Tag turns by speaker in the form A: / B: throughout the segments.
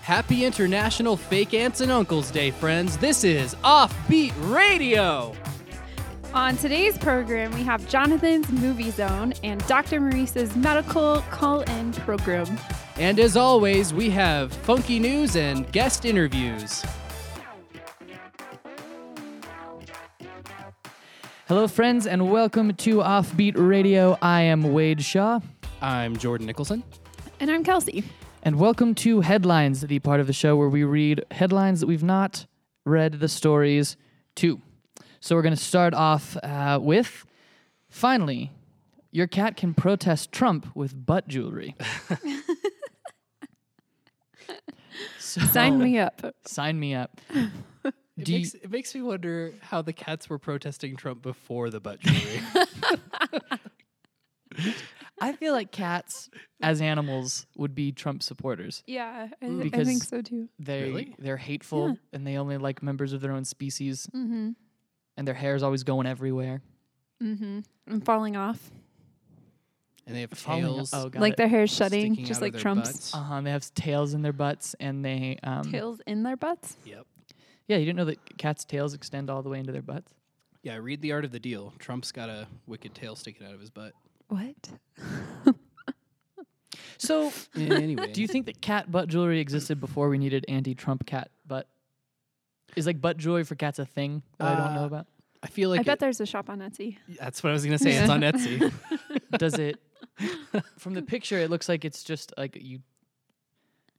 A: Happy International Fake Aunts and Uncles Day, friends. This is Offbeat Radio.
B: On today's program, we have Jonathan's Movie Zone and Dr. Maurice's Medical Call In Program.
A: And as always, we have funky news and guest interviews.
C: Hello, friends, and welcome to Offbeat Radio. I am Wade Shaw,
A: I'm Jordan Nicholson.
B: And I'm Kelsey.
C: and welcome to Headlines, the part of the show where we read headlines that we've not read the stories to. So we're going to start off uh, with finally, your cat can protest Trump with butt jewelry. so,
B: Sign me up.
C: Sign me up.
A: It
C: Do you-
A: makes, it makes me wonder how the cats were protesting Trump before the butt jewelry.
C: I feel like cats as animals would be Trump supporters.
B: Yeah, I, I
A: Mm.
C: Because-
B: think so too.
C: They
A: Really?
C: they're hateful and they only like members of their own species
B: Mm
C: and their hair's always going everywhere.
B: hmm. Mm hmm. I'm falling off.
A: and they have
C: Falling-
A: tails.
C: Oh god.
B: like their hair's shedding,
A: sticking
B: just
A: out of
B: like
A: their
B: Trump's. uh.
A: butts.
C: uh-huh, they have s- tails in their butts and they um
B: Tails in their butts?
A: Yep.
C: Yeah, you didn't know that c- cats' tails extend all the way into their butts?
A: Yeah, read the art of the deal. Trump's got a wicked tail sticking out of his butt.
B: What?
C: So
A: Anyway,
C: do you think that cat butt jewelry existed before we needed anti Trump cat butt? Is like butt jewelry for cats a thing that I don't
A: Uh,
C: know about?
A: I feel like
B: I bet
A: it-
B: there's a shop on Etsy.
A: that's what I was gonna say. It's on Etsy.
C: Does it from the picture it looks like it's just like you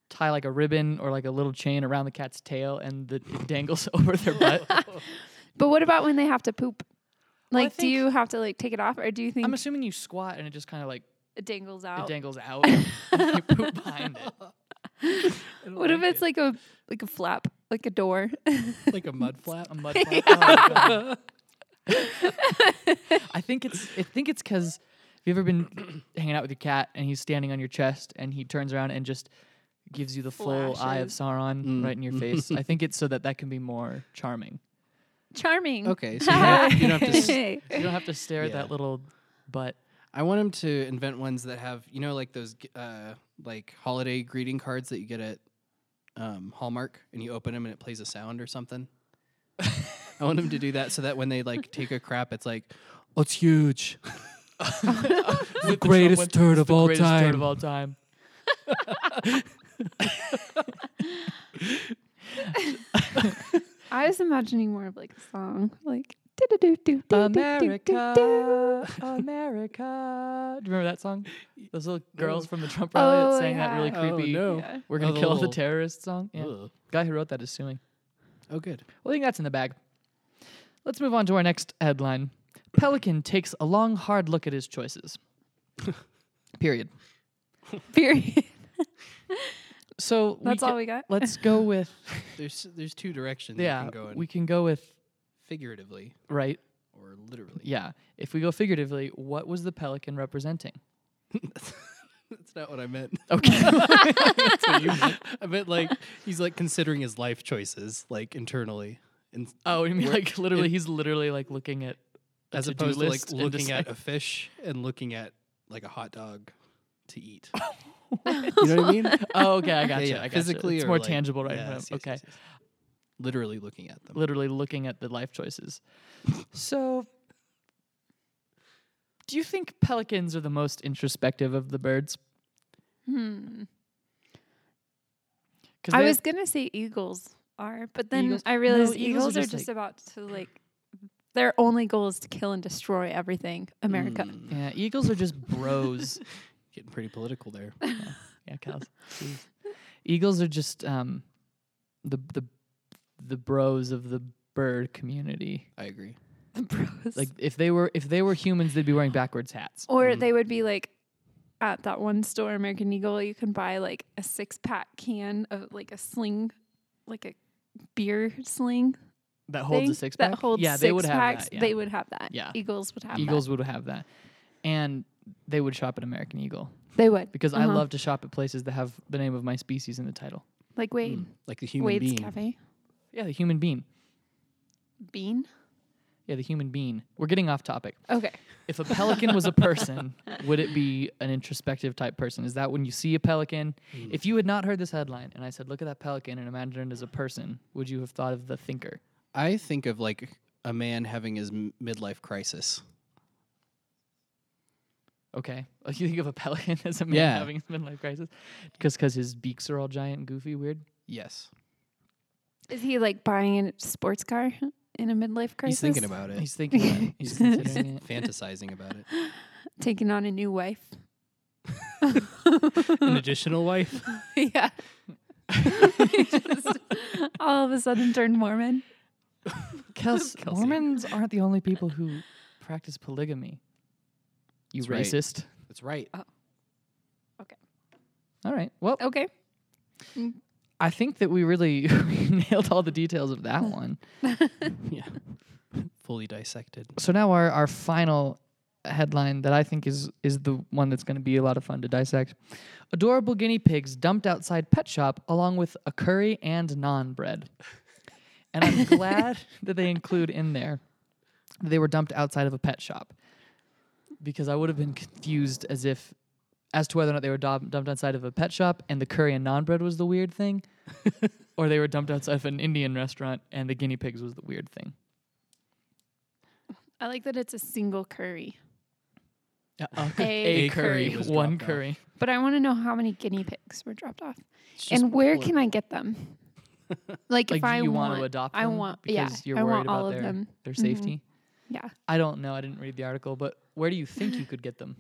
C: tie like a ribbon or like a little chain around the cat's tail and the, it dangles over their butt.
B: But what about when they have to poop?
C: I
B: Like, do
C: think-
B: you have to like take it off, or do you think
C: I'm assuming you squat and it just kind of like
B: it dangles
C: it
B: out?
C: dangles out and you poop behind it.
B: What if it's like a like a flap, like a door?
A: like a mud flap?
C: A mud flap. Oh, my God. I think it's I think it's because have you ever been hanging out with your cat and he's standing on your chest and he turns around and just gives you the full eye of
B: Flashes.
C: Sauron right in your face? I think it's so that that can be more charming.
B: Charming.
A: Okay, so you don't, you don't have to. s-
C: You don't have to stare at
A: Yeah.
C: that little butt.
A: I want him to invent ones that have, you know, like those g- uh, like holiday greeting cards that you get at um, Hallmark, and you open them and it plays a sound or something. I want him to do that so that when they like take a crap, it's like, oh, it's huge.
C: The
A: greatest
C: Trump
A: turd
C: it's
A: of
C: the
A: all
C: greatest turd
A: time.
C: of all time.
B: I was imagining more of like a song, like do do do do
C: America, America. Do you remember that song? Those little girls from the Trump rally
B: Oh,
C: that sang that really
A: yeah. Oh,
C: creepy.
A: no.
B: Yeah.
C: We're gonna
A: Oh, the
C: kill all the
A: little-
C: terrorists song. Yeah.
A: Ugh.
C: Guy who wrote that is suing.
A: Oh, good.
C: Well, I think that's in the bag. Let's move on to our next headline. Pelican takes a long, hard look at his choices. Period.
B: Period.
C: So we
B: That's
C: ca-
B: all we got.
C: Let's go with
A: There's there's two directions
C: yeah.
A: you can go in
C: We can go with
A: figuratively
C: right.
A: or literally.
C: Yeah. If we go figuratively, what was the pelican representing?
A: That's not what I meant.
C: Okay.
A: That's what you meant. I meant like he's like considering his life choices like internally, and
C: oh, you mean like literally? He's literally like looking at a
A: as
C: to-do
A: opposed to like
C: list and
A: looking at
C: decide-
A: a fish and looking at like a hot dog to eat. you know what I mean?
C: Oh, okay. I got you.
A: yeah,
C: I gotcha.
A: physically
C: it's
A: or,
C: more
A: like-
C: tangible, right? in
A: yes,
C: front of-
A: yes,
C: okay.
A: yes, yes. Literally looking at them.
C: literally looking at the life choices. so, do you think pelicans are the most introspective of the birds?
B: Hmm.
C: 'Cause
B: I
C: they-
B: was gonna say eagles are, but then
C: Eagles-
B: I
C: No,
B: realized
C: eagles are
B: eagles, are
C: just,
B: just
C: like-
B: about to like their only goal is to kill and destroy everything. America.
A: Mm,
C: yeah, eagles are just bros.
A: getting pretty political there.
C: yeah, cows. Eagles are just um, the the the bros of the bird community.
A: I agree.
B: The bros.
C: Like if they were if they were humans, they'd be wearing backwards hats.
B: or
A: Mm.
B: they would be like at that one store, American Eagle, you can buy like a six pack can of like a sling, like a beer sling
C: That
B: thing
C: holds a six pack.
B: that holds
C: yeah,
B: six
C: they would have
B: packs.
C: that. yeah.
B: They would have that.
C: Yeah.
B: Eagles would have
C: Eagles would have that, and they would shop at American Eagle.
B: That. They would
C: because I
B: Uh-huh.
C: love to shop at places that have the name of my species in the title.
B: like
C: hmm,
B: Wade,
A: Mm, Like the human
B: Wade's
A: being.
B: Cafe,
C: Yeah, the human bean.
B: Bean.
C: Yeah, the human being. We're getting off topic.
B: Okay.
C: If a pelican was a person, would it be an introspective type person? Is that when you see a pelican? If you had not heard this headline and I said, look at that pelican and imagine it as a person, would you have thought of the thinker?
D: I think of like a man having his m- midlife crisis.
C: Okay. Like you think of a pelican as a man
D: Yeah.
C: having a midlife crisis? Because cause his beaks are all giant and goofy, weird.
D: Yes,
B: Is he like buying a sports car in a midlife crisis?
D: he's thinking about it.
C: He's thinking about it. He's considering it.
D: fantasizing about it.
B: taking on a new wife.
D: An additional wife.
B: yeah. He just all of a sudden turned Mormon.
C: Kels,
D: Kelsey.
C: Mormons aren't the only people who practice polygamy. You
D: That's right.
C: racist.
D: That's right.
C: All right. Well,
B: Okay.
C: I think that we really nailed all the details of that one.
D: Yeah, fully dissected.
C: So now our, our final headline that I think is is the one that's going to be a lot of fun to dissect. Adorable guinea pigs dumped outside pet shop along with a curry and naan bread. And I'm glad that they include in there that they were dumped outside of a pet shop because I would have been confused as if as to whether or not they were dom- dumped outside of a pet shop and the curry and naan bread was the weird thing or they were dumped outside of an Indian restaurant and the guinea pigs was the weird thing.
B: I like that it's a single curry.
C: a,
B: A
C: curry,
D: curry was
C: one
D: dropped off.
C: curry.
B: But I want to know how many guinea pigs were dropped off.
D: It's just
B: and where
D: pl-
B: can I get them? Like,
C: Like,
B: if
C: do
B: I
C: you
B: want,
C: want to adopt
B: I
C: them
B: want
C: because
B: yeah,
C: you're
B: I
C: worried
B: want all
C: about
B: of
C: their-
B: them.
C: their
B: Mhm.
C: safety?
B: Yeah.
C: I don't know. I didn't read the article, but where do you think you could get them?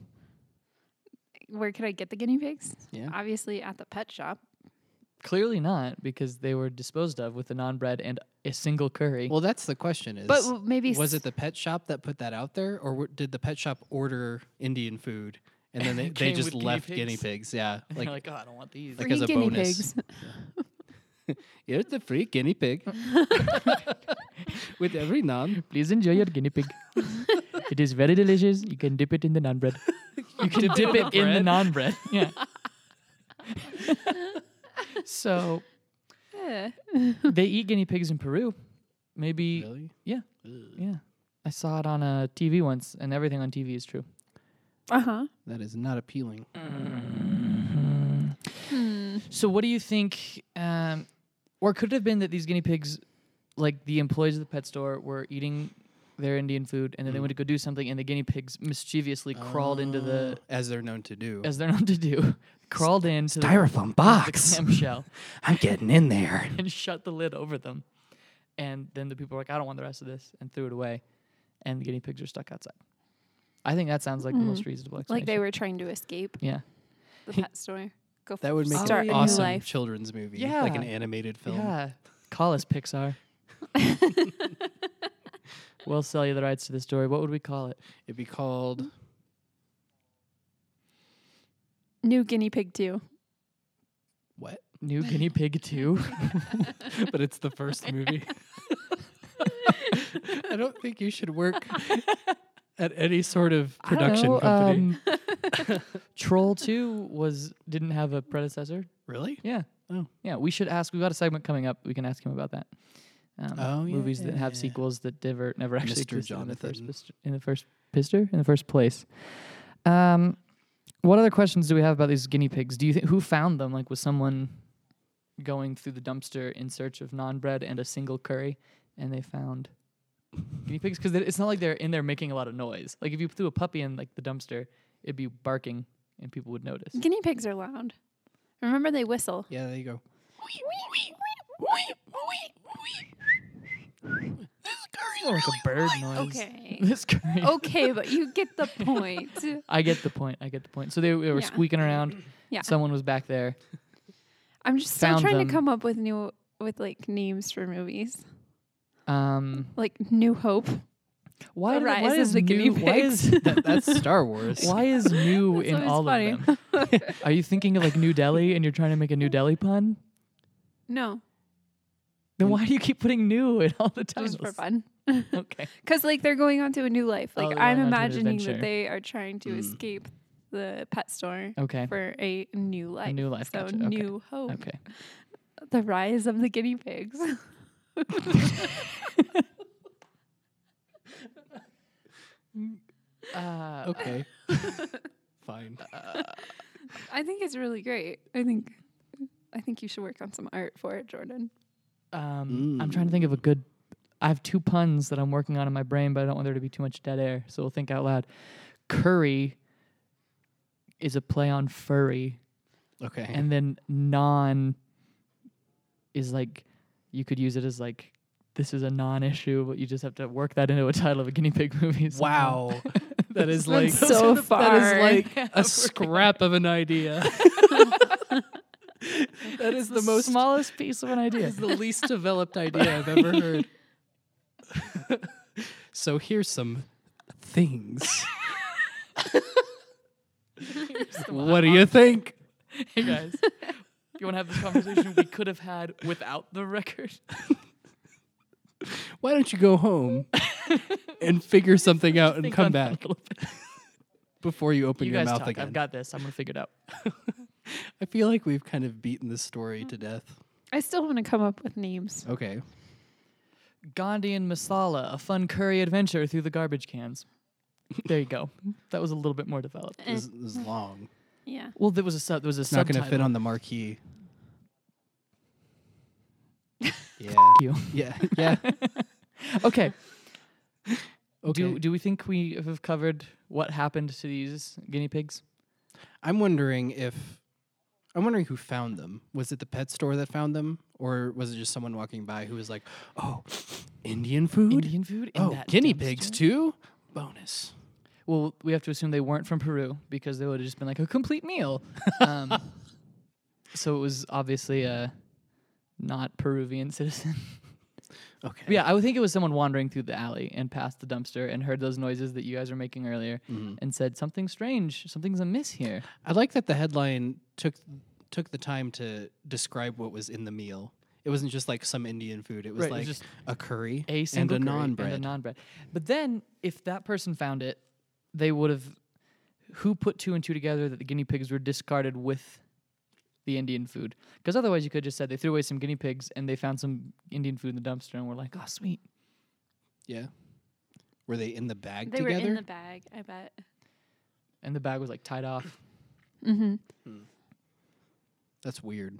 B: Where could I get the guinea pigs?
D: Yeah.
B: Obviously at the pet shop.
C: Clearly not, because they were disposed of with the non bread and a single curry.
D: Well, that's the question. Is
B: But w- maybe
D: was
B: s-
D: it the pet shop that put that out there, or w- did the pet shop order Indian food and then they, they
C: Came
D: just
C: with guinea
D: left
C: pigs?
D: guinea pigs? Yeah,
C: like,
D: like,
C: like, oh, I don't want these.
D: like
B: free
D: as a
B: guinea
D: bonus.
B: pigs?
D: here's the free guinea pig with every naan.
C: Please enjoy your guinea pig. it is very delicious. You can dip it in the non bread. You can
D: Dip it
C: dip
D: in
C: it
D: the
C: in the
D: bread?
C: non bread. Yeah. so
B: Yeah.
C: they eat guinea pigs in Peru. Maybe
D: Really?
C: Yeah.
D: Ugh.
C: Yeah. I saw it on a TV once, and everything on TV is true.
B: Uh huh.
D: That is not appealing.
C: So, what do you think? Um, or could it have been that these guinea pigs, like the employees of the pet store, were eating their Indian food, and then they went to go do something, and the guinea pigs mischievously crawled into the,
D: Oh, as they're known to do.
C: as they're known to do, crawled into the-
D: Styrofoam
C: the
D: box.
C: clamshell
D: I'm getting in there.
C: and shut the lid over them. And then the people were like, I don't want the rest of this, and threw it away. And the guinea pigs are stuck outside. I think that sounds like the most reasonable
B: Like
C: explanation.
B: they were trying to escape
C: Yeah.
B: the pet store. Go
D: That would make
B: it
D: an
B: start a new
D: awesome
B: life.
D: children's movie, like an
C: Yeah.
D: animated film.
C: Yeah. Call us Pixar. we'll sell you the rights to the story. What would we call it?
D: It'd be called
B: New guinea pig too.
D: what?
C: New Guinea Pig 2?
D: but it's the first movie. I don't think you should work at any sort of
C: I don't
D: production
C: know,
D: company.
C: um, Troll 2 was didn't have a predecessor.
D: really?
C: Yeah.
D: Oh.
C: Yeah, we should ask. We've got a segment coming up. We can ask him about that. Um,
D: Oh, yeah,
C: movies that
D: yeah,
C: have
D: yeah.
C: sequels that never, never actually
D: Mr.
C: existed in the first
D: Jonathan.
C: pist- in the first pister in the first place. Um, what other questions do we have about these guinea pigs? Do you think who found them? Like, was someone going through the dumpster in search of non bread and a single curry, and they found guinea pigs? Because it's not like they're in there making a lot of noise. Like, if you threw a puppy in like the dumpster, it'd be barking, and people would notice.
B: Guinea pigs are loud. Remember they whistle.
D: Yeah, there you go.
C: It's more like a bird noise.
B: Okay.
C: This
B: Oh,
C: curry.
B: okay, but you get the point.
C: I get the point. I get the point. So they, they were
B: Yeah.
C: squeaking around.
B: Yeah.
C: Someone was back there.
B: I'm just still
C: Found
B: trying
C: them.
B: to come up with new with like names for movies.
C: Um,
B: Like New Hope.
C: why,
B: The
C: do- why
B: rise
C: is
B: of the
C: new,
B: guinea
C: why is,
D: That, that's Star Wars.
C: why is new
B: That's
C: in
B: always
C: all
B: funny.
C: of them? Are you thinking of like New Delhi and you're trying to make a New Delhi pun?
B: No,
C: Then why do you keep putting new in all the
B: it was
C: titles?
B: for fun.
C: Okay.
B: Because like they're going on to a new life.
C: Oh,
B: Like
C: they're
B: I'm
C: going on to an
B: imagining
C: adventure.
B: that they are trying to
D: Mm.
B: escape the pet store
C: Okay.
B: for a new life.
C: new life,
B: So
C: gotcha, okay,
B: New Hope.
C: Okay.
B: The rise of the guinea pigs.
C: Uh,
A: Okay. Fine.
B: I think it's really great. I think I think you should work on some art for it, Jordan.
C: Um, I'm trying to think of a good. I have two puns that I'm working on in my brain, but I don't want there to be too much dead air, so we'll think out loud. Curry is a play on furry,
A: Okay.
C: and then non is like you could use it as like this is a non-issue, but you just have to work that into a title of a guinea pig movie. somehow.
A: wow. that is
B: been
A: like
B: so
A: That
B: far.
A: is like a scrap of an idea. that is the most
C: smallest piece of an
A: That
C: idea.
A: is the least developed idea I've ever heard. so here's some things. what do you think?
C: hey guys, if you want to have this conversation we could have had without the record?
A: Why don't you go home and figure something out and
C: Think
A: come
C: on that a
A: back
C: little bit.
A: before you open
C: You
A: your
C: guys
A: mouth
C: talk.
A: again?
C: I've got this. I'm gonna figure it out.
A: I feel like we've kind of beaten this story to death.
B: I still want to come up with names.
A: Okay.
C: Gandhi and Masala, a fun curry adventure through the garbage cans. There you go. that was a little bit more developed.
A: This this is long.
B: Yeah.
C: Well, there was a sub. There was a
A: It's not
C: subtitle.
A: going to fit on the marquee. Yeah.
C: you.
A: Yeah. Yeah.
C: Okay.
A: Okay.
C: Do do we think we have covered what happened to these guinea pigs?
A: I'm wondering if I'm wondering who found them. Was it the pet store that found them, or was it just someone walking by who was like, "Oh, Indian food?
C: Indian food. in
A: oh,
C: that
A: guinea
C: dumpster?"
A: pigs too? Bonus."
C: Well, we have to assume they weren't from Peru because they would have just been like a complete meal. Um, so it was obviously a not Peruvian citizen.
A: Okay.
C: But yeah, I would think it was someone wandering through the alley and past the dumpster and heard those noises that you guys were making earlier
A: Mm-hmm.
C: and said something strange, something's amiss here.
A: I like that the headline took took the time to describe what was in the meal. It wasn't just like some Indian food. It was
C: Right, it
A: like
C: was just
A: a curry
C: A
A: and
C: single
A: a
C: curry
A: non
C: And
A: bread.
C: a non bread. But then, if that person found it, they would have. Who put two and two together that the guinea pigs were discarded with the Indian food? Because otherwise, you could have just said they threw away some guinea pigs and they found some Indian food in the dumpster and were like, oh, sweet.
A: yeah. Were they in the bag
B: They
A: together?
B: were in the bag, I bet.
C: And the bag was like tied off.
B: Mm-hmm.
A: That's weird.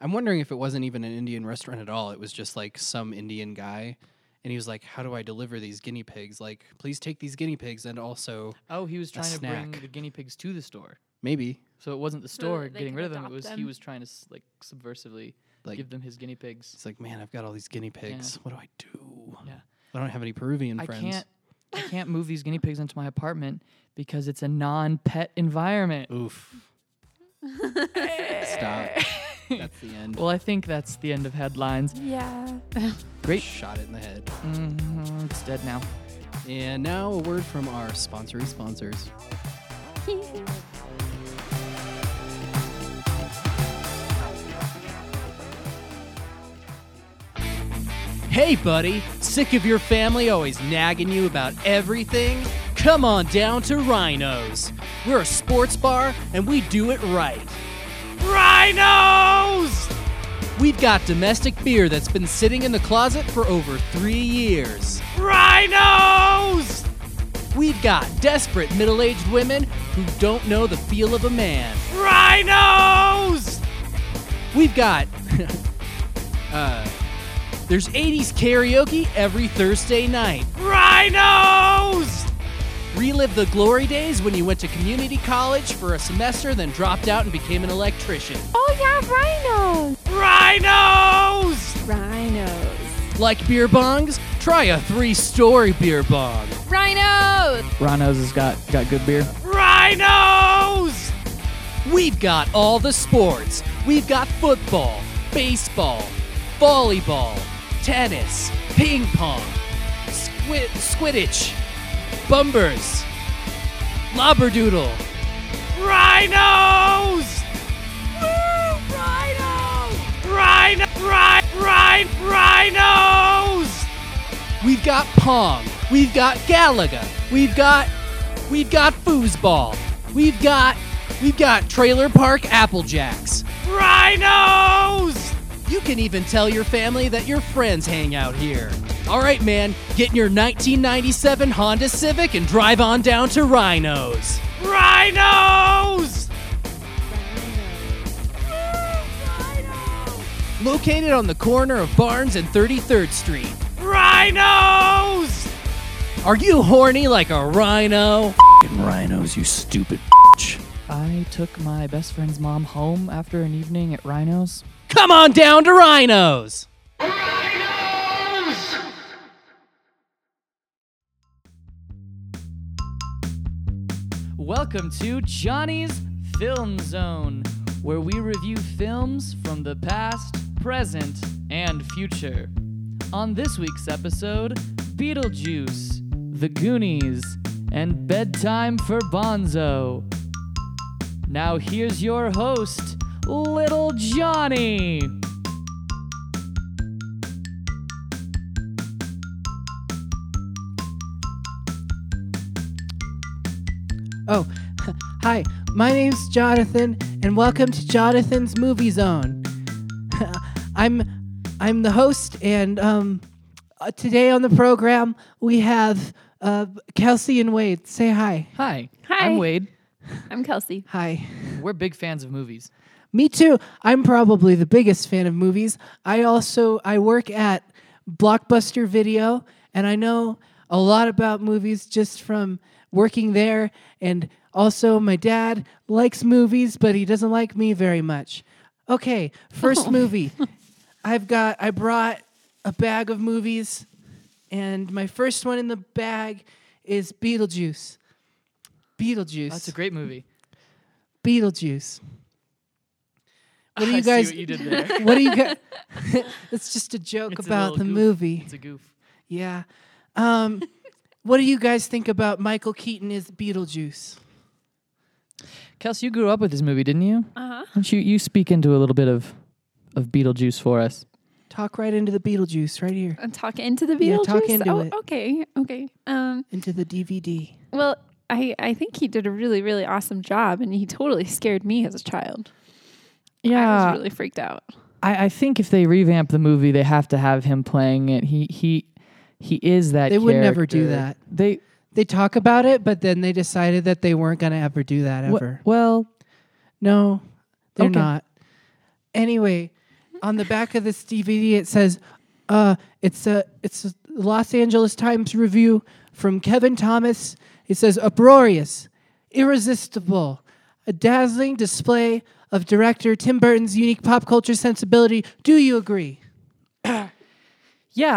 A: I'm wondering if it wasn't even an Indian restaurant at all. It was just like some Indian guy, and he was like, "How do I deliver these guinea pigs? Like, please take these guinea pigs." And also,
C: Oh, he was trying to bring
A: snack.
C: the guinea pigs to the store.
A: maybe
C: So it wasn't the
B: that
C: store
B: they
C: getting
B: could
C: rid of them. It
B: adopt
C: was he
B: them.
C: was trying to s- like subversively
A: like
C: give them his guinea pigs.
A: it's like, man, I've got all these guinea pigs. What do I do?
C: Yeah.
A: I don't have any Peruvian
C: I
A: friends.
C: can't. I can't move these guinea pigs into my apartment because it's a non-pet environment.
A: Oof. Stop. That's the end.
C: Well, I think that's the end of headlines.
B: Yeah.
A: Great shot it in the head.
C: Mhm, it's dead now.
A: And now a word from our sponsory sponsors. Hey, buddy, sick of your family always nagging you about everything? Come on down to Rhinos. We're a sports bar and we do it right. Rhinos! We've got domestic beer that's been sitting in the closet for over three years. Rhinos! We've got desperate middle aged women who don't know the feel of a man. Rhinos! We've got. uh, there's 80s karaoke every Thursday night. Rhinos! Relive the glory days when you went to community college for a semester, then dropped out and became an electrician.
B: Oh yeah, rhinos.
A: Rhinos!
B: Rhinos.
A: Like beer bongs? Try a three story beer bong.
B: Rhinos.
C: Rhinos has got got good beer.
A: Rhinos! We've got all the sports. We've got football, baseball, volleyball, tennis, ping pong, squid, squidditch, bumbers, lobberdoodle. Rhinos! Woo! Rhinos! Rhino, rhino, rhino, rhinos! We've got Pong. We've got Galaga. We've got we've got foosball. We've got we've got Trailer Park Applejacks. Rhinos! You can even tell your family that your friends hang out here.
D: All right, man, get in your 1997 Honda Civic and drive on down to Rhinos. Rhinos! Located on the corner of Barnes and 33rd Street. Rhinos! Are you horny like a rhino? F***ing rhinos, you stupid bitch.
C: I took my best friend's mom home after an evening at Rhinos.
D: Come on down to Rhinos!
C: Welcome to Johnny's Film Zone, where we review films from the past, present, and future. On this week's episode, Beetlejuice, The Goonies, and Bedtime for Bonzo. Now here's your host, Little Johnny.
D: Oh, hi. My name's Jonathan, and welcome to Jonathan's Movie Zone. I'm, I'm the host, and um, uh, today on the program we have uh, Kelsey and Wade. Say hi.
C: Hi.
B: Hi.
C: I'm Wade.
B: I'm Kelsey.
D: Hi.
C: We're big fans of movies.
D: Me too. I'm probably the biggest fan of movies. I also I work at Blockbuster Video and I know a lot about movies just from working there and also my dad likes movies but he doesn't like me very much. Okay, first
C: Oh.
D: movie. I've got I brought a bag of movies and my first one in the bag is Beetlejuice. Beetlejuice.
C: That's a great movie.
D: Beetlejuice. What do
C: I
D: you guys?
C: see what you did there.
D: what do you guys? it's just a joke
C: It's a
D: about
C: little
D: the
C: goof.
D: movie.
C: It's a goof.
D: yeah. Um, what do you guys think about Michael Keaton as Beetlejuice?
C: Kelsey, you grew up with this movie, didn't you?
B: Uh huh.
C: Why don't you, you speak into a little bit of, of Beetlejuice for us?
D: Talk right into the Beetlejuice, right here,
B: And talk into the
D: Yeah,
B: Beetlejuice.
D: talk into
B: oh,
D: it.
B: okay, okay. Um,
D: into the DVD.
B: well, I I think he did a really really awesome job, and he totally scared me as a child. I was really freaked out.
C: I, I think if they revamp the movie, they have to have him playing it. He he he is that.
D: They would never do
C: character.
D: that.
C: They
D: They talk about it, but then they decided that they weren't gonna ever do that
C: wh-
D: ever.
C: well,
D: No, they're
C: Okay.
D: not. Anyway, on the back of this DVD, it says, uh, "It's a it's a Los Angeles Times review from Kevin Thomas." It says, "Uproarious, irresistible, a dazzling display of director Tim Burton's unique pop culture sensibility." Do you agree?
C: yeah.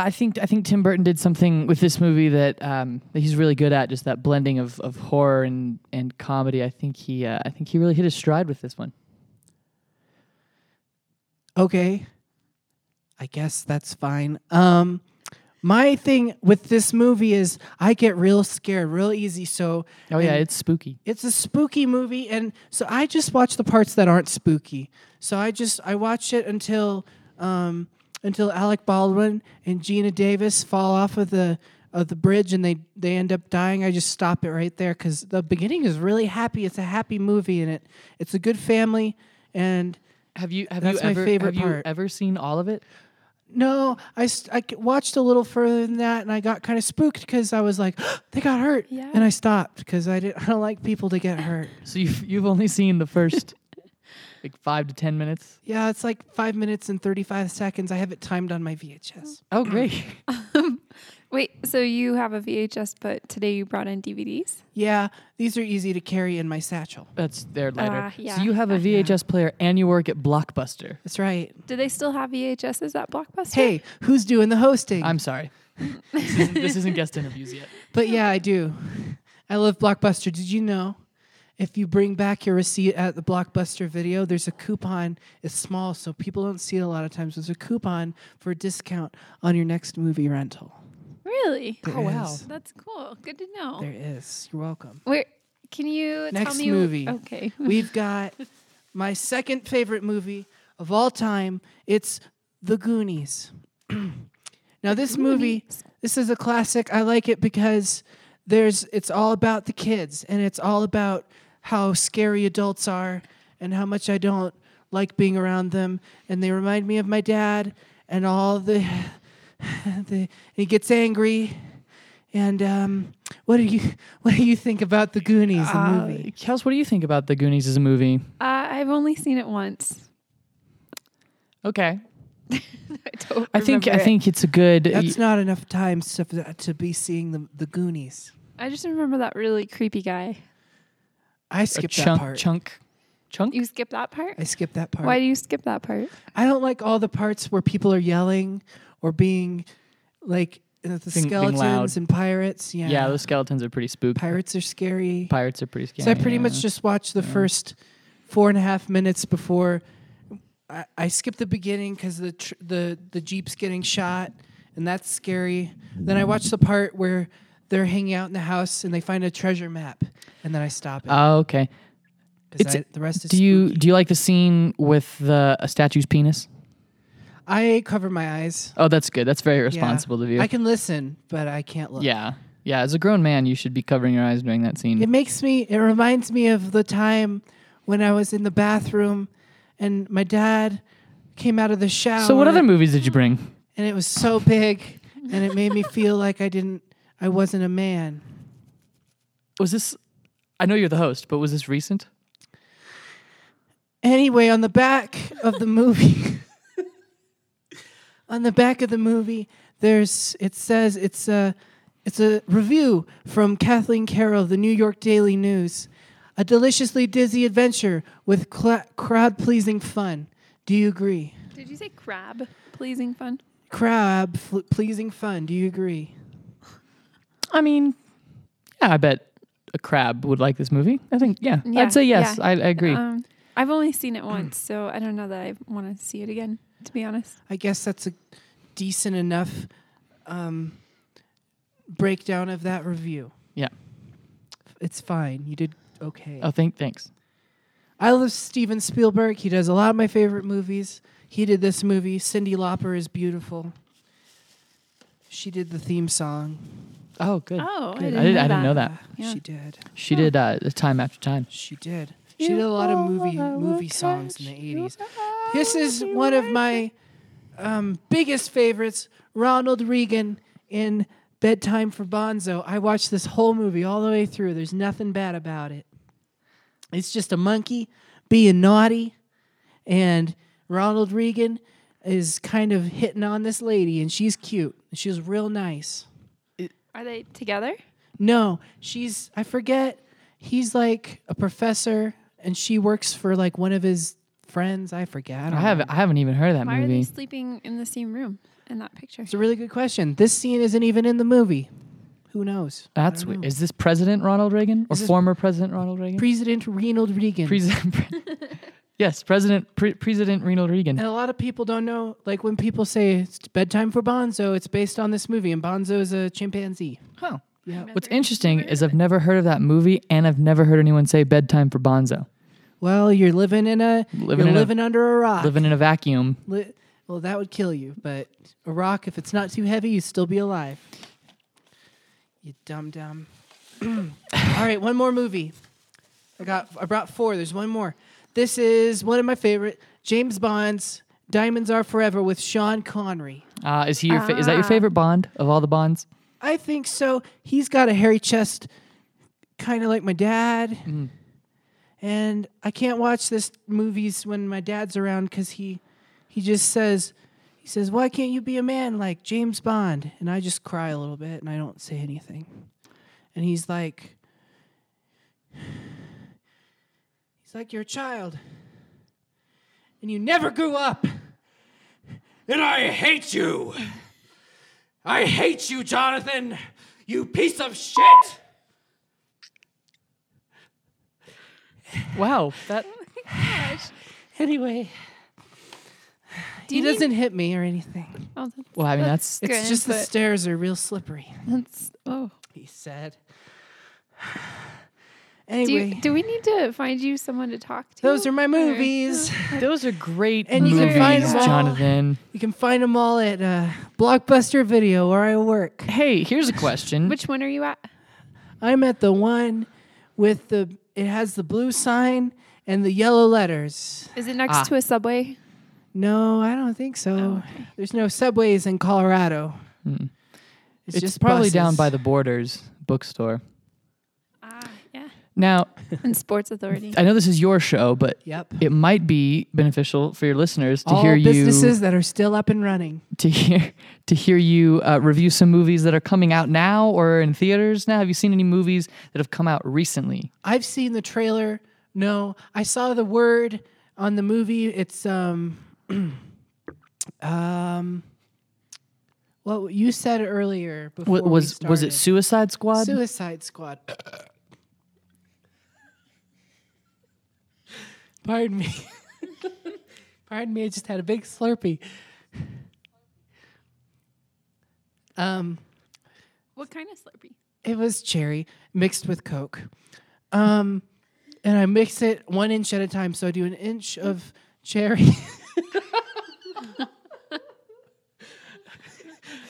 C: I think I think Tim Burton did something with this movie that um that he's really good at, just that blending of, of horror and, and comedy. I think he uh, I think he really hit his stride with this one.
D: okay i guess that's fine um my thing with this movie is i get real scared real easy so
C: Oh yeah,
D: and
C: it's spooky.
D: it's a spooky movie and so i just watch the parts that aren't spooky so i just i watch it until um until alec baldwin and gina davis fall off of the of the bridge and they they end up dying i just stop it right there because the beginning is really happy it's a happy movie and it it's a good family and
C: Have you have
D: That's
C: you
D: my
C: ever
D: favorite
C: have
D: part.
C: you ever seen all of it?
D: No, I, s- I c- watched a little further than that, and I got kind of spooked because I was like, they got hurt,
B: Yeah.
D: and I stopped because I didn't. I don't like people to get hurt.
C: So you've you've only seen the first like five to ten minutes.
D: yeah, it's like five minutes and thirty-five seconds. I have it timed on my VHS.
C: Oh great.
B: Wait, so you have a VHS, but today you brought in DVDs?
D: Yeah, these are easy to carry in my satchel.
C: That's their lighter.
D: Uh,
B: Ah, yeah,
C: So you have a
B: ah,
C: VHS player and you work at Blockbuster.
D: That's right.
B: Do they still have VHSs at Blockbuster?
D: Hey, who's doing the hosting?
C: I'm sorry. this, isn't, this isn't guest interviews yet.
D: but yeah, I do. I love Blockbuster. Did you know? If you bring back your receipt at the Blockbuster video, there's a coupon. It's small, so people don't see it a lot of times. There's a coupon for a discount on your next movie rental.
B: really?
D: There
C: Oh, wow.
D: is.
B: That's cool. Good to know.
D: There is. You're welcome.
B: Where can you
D: Next
B: tell me?
D: movie.
B: Okay. Uh,
D: We've got my second favorite movie of all time. It's The Goonies. now this movie, this is a classic. I like it because there's it's all about the kids and it's all about how scary adults are and how much I don't like being around them and they remind me of my dad and all the the, he gets angry. And um, what do you what do you think about the Goonies the
C: Uh,
D: movie?
C: Kels, what do you think about the Goonies as a movie?
B: Uh, I've only seen it once.
C: Okay.
B: I don't.
C: I think I
B: remember it.
C: think it's a good.
D: That's not enough time so for that to be seeing the the Goonies.
B: I just remember that really creepy guy.
D: I
C: a
D: skipped that
C: chunk,
D: part.
C: chunk, chunk.
B: You skip that part.
D: I skipped that part.
B: Why do you skip that part?
D: I don't like all the parts where people are yelling or being like uh, the
C: Being- being loud.
D: skeletons and pirates. Yeah.
C: yeah. those skeletons are pretty spooky.
D: pirates are scary.
C: Pirates are pretty scary.
D: so I pretty
C: yeah.
D: much just watched the first four and a half minutes before I, I skipped the beginning because the tr- the the jeep's getting shot and that's scary. Then I watched the part where they're hanging out in the house and they find a treasure map and then I stop it.
C: Oh, okay.
D: 'cause
C: it's-
D: I- the rest is
C: Do you
D: spooky.
C: do you like the scene with the a statue's penis?
D: I cover my eyes.
C: Oh, that's good. That's very
D: Yeah.
C: responsible of you.
D: I can listen, but I can't look.
C: yeah, yeah. As a grown man, you should be covering your eyes during that scene.
D: It makes me, it reminds me of the time when I was in the bathroom and my dad came out of the shower.
C: so, what other movies did you bring?
D: And it was so big and it made me feel like I didn't, I wasn't a man.
C: Was this? I know you're the host, but was this recent?
D: Anyway, on the back of the movie, on the back of the movie, there's, it says, it's a, it's a review from Kathleen Carroll of the New York Daily News. A deliciously dizzy adventure with cla crowd pleasing fun. Do you agree?
B: Did you say crab? Pleasing fun.
D: crab fl- pleasing fun do you agree
C: I mean, yeah, I bet a crab would like this movie. I think, yeah,
B: Yeah,
C: I'd say yes.
B: yeah.
C: I, I agree.
B: Um, I've only seen it once, so I don't know that I want to see it again. To be honest,
D: i guess that's a decent enough um, breakdown of that review
C: Yeah.
D: it's fine you did okay
C: oh, thank, thanks.
D: i love steven spielberg he does a lot of my favorite movies he did this movie cindy lauper is beautiful she did the theme song
C: Oh, good.
B: Oh, I
C: good.
B: didn't
C: I, did,
B: know
C: I didn't know that.
B: Yeah.
D: she did
C: She did uh, time after time.
D: she did she did a lot of movie movie songs in the 80s This is one of my um, biggest favorites, Ronald Reagan in Bedtime for Bonzo. I watched this whole movie all the way through. There's nothing bad about it. It's just a monkey being naughty, and Ronald Reagan is kind of hitting on this lady, and she's cute. She's real nice.
B: Are they together?
D: No, she's I forget. He's like a professor, and she works for like one of his friends. I forget. I,
C: I
D: don't
C: haven't. I haven't even heard of that
B: Why are
C: movie.
B: they sleeping in the same room in that picture?
D: It's a really good question. This scene isn't even in the movie. Who knows? I
C: That's
D: don't
C: weird.
D: know.
C: Is this President Ronald Reagan or
D: This is-
C: former President Ronald Reagan?
D: President Ronald Reagan.
C: President. Pre- yes, President Pre- President Ronald Reagan.
D: and a lot of people don't know, like when people say it's bedtime for Bonzo, it's based on this movie, and Bonzo is a chimpanzee.
C: Oh.
D: Yeah.
B: Remember-
C: What's interesting
B: remember
C: is I've never heard of that movie, and I've never heard anyone say bedtime for Bonzo.
D: Well, you're living in a
C: Living
D: you're
C: in a-
D: living under a rock.
C: Living in a vacuum.
D: Li- well, that would kill you, but a rock, if it's not too heavy, you'd still be alive. You dumb dumb. All right, one more movie. I got I brought four. There's one more. This is one of my favorite James Bond's Diamonds Are Forever with Sean Connery.
C: Uh, is he your? Fa- is that your
B: Ah.
C: favorite Bond of all the Bonds?
D: I think so. He's got a hairy chest, kind of like my dad. And I can't watch this movies when my dad's around because he, he just says, he says, "Why can't you be a man like James Bond?" And I just cry a little bit and I don't say anything. And he's like, he's like, "You're a child, and you never grew up."
E: And I hate you. I hate you, Jonathan. You piece of shit.
C: Wow, that
D: Anyway,
B: Do
D: he
B: you need-
D: doesn't hit me or anything.
B: Oh, that's,
C: well, I mean that's
D: It's
B: good,
D: just the
B: but
D: stairs are real slippery,
B: that's- oh.
D: he said.
B: Do,
D: anyway,
B: you, do we need to find you someone to talk to?
D: those are my
B: Or-
D: movies.
C: those are great
D: And
B: you can
C: movies,
B: find them all.
C: Jonathan.
D: you can find them all at uh, Blockbuster Video where I work.
C: Hey, here's a question.
B: Which one are you at?
D: I'm at the one with the it has the blue sign and the yellow letters.
B: Is it next
C: Ah.
B: to a subway?
D: No, I don't think
C: Oh,
D: so. There's no subways in Colorado.
C: It's, probably down by the Borders bookstore.
B: Ah, yeah.
C: Now,
B: And Sports Authority.
C: I know this is your show, but
D: Yep.
C: it might be beneficial for your listeners to
D: All
C: hear
D: businesses that are still up and running.
C: you to hear to hear you uh, review some movies that are coming out now or in theaters now. Have you seen any movies that have come out recently?
D: I've seen the trailer. No, I saw the word on the movie. It's um, um, well, you said earlier before
C: What
D: we
C: was was it
D: started.
C: Suicide Squad?
D: Suicide Squad? Pardon me. Pardon me. I just had a big Slurpee. Um.
B: what kind of Slurpee?
D: It was cherry mixed with Coke. Um, and I mix it one inch at a time. So I do an inch of cherry.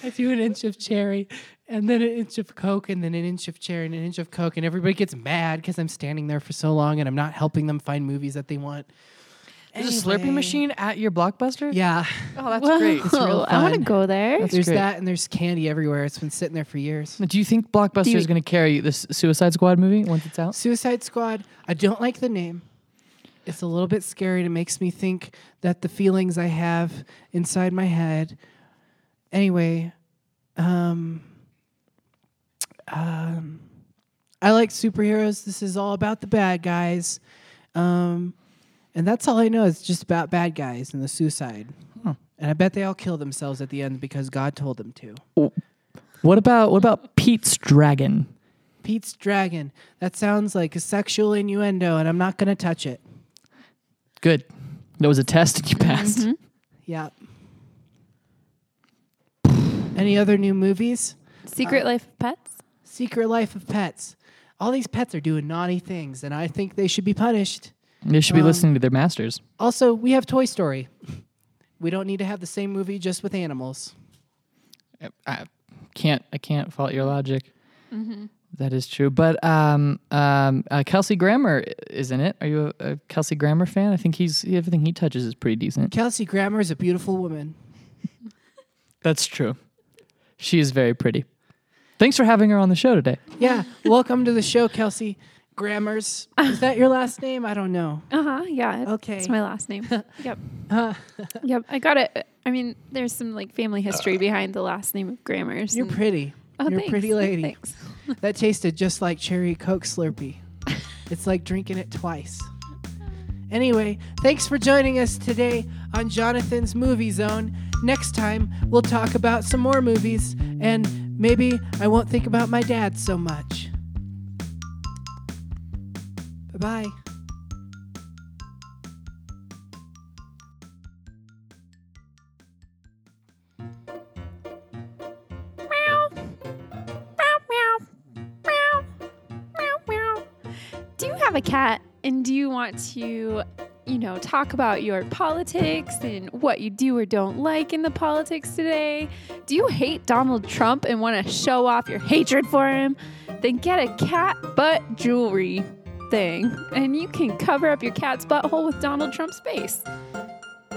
D: I do an inch of cherry and then an inch of Coke and then an inch of cherry and an inch of Coke. And everybody gets mad because I'm standing there for so long and I'm not helping them find movies that they want.
C: There's a Slurpee
D: Anyway.
C: machine at your Blockbuster?
D: Yeah.
C: Oh, that's great.
D: It's real
B: I want to
D: fun.
B: go there.
C: That's
D: there's
C: great.
D: that and there's candy everywhere. It's been sitting there for years.
C: Do you think Blockbuster
D: Do you-
C: is going to carry this Suicide Squad movie once it's out?
D: Suicide Squad. I don't like the name. It's a little bit scary. and It makes me think that the feelings I have inside my head. Anyway, um, um, I like superheroes. This is all about the bad guys. Um, and that's all I know. It's just about bad guys and the suicide. And I bet they all kill themselves at the end because God told them to.
C: What about what about Pete's Dragon?
D: Pete's Dragon. That sounds like a sexual innuendo, and I'm not going to touch it.
C: Good. That was a test and you passed.
D: Yeah. Any other new movies?
B: Secret Life of Pets.
D: Secret Life of Pets. All these pets are doing naughty things, and I think they should be punished.
C: They should be listening to their masters.
D: Also, we have Toy Story. We don't need to have the same movie just with animals.
C: I can't I can't fault your logic. That is true. But um, um, uh, Kelsey Grammer i- is in it. Are you a, a Kelsey Grammer fan? I think he's everything he touches is pretty decent.
D: Kelsey Grammer is a beautiful woman.
C: That's true. She is very pretty. Thanks for having her on the show today.
D: Yeah, welcome to the show, Kelsey Grammers. Is that your last name? I don't know.
B: Uh huh. Yeah. it-
D: Okay.
B: It's my last name. yep. Yep. I got it. I mean, there's some like family history behind the last name of Grammars.
D: Uh. You're
B: and-
D: pretty.
B: Oh,
D: You're a
B: thanks.
D: pretty lady.
B: Thanks.
D: That tasted just like cherry Coke Slurpee. it's like drinking it twice. Anyway, thanks for joining us today on Jonathan's Movie Zone. Next time, we'll talk about some more movies, and maybe I won't think about my dad so much. Bye bye.
B: Meow. Meow, meow. Meow. Meow, meow. Do you have a cat and do you want to, you know, talk about your politics and what you do or don't like in the politics today? Do you hate Donald Trump and want to show off your hatred for him? Then get a cat butt jewelry thing and you can cover up your cat's butthole with Donald Trump's face.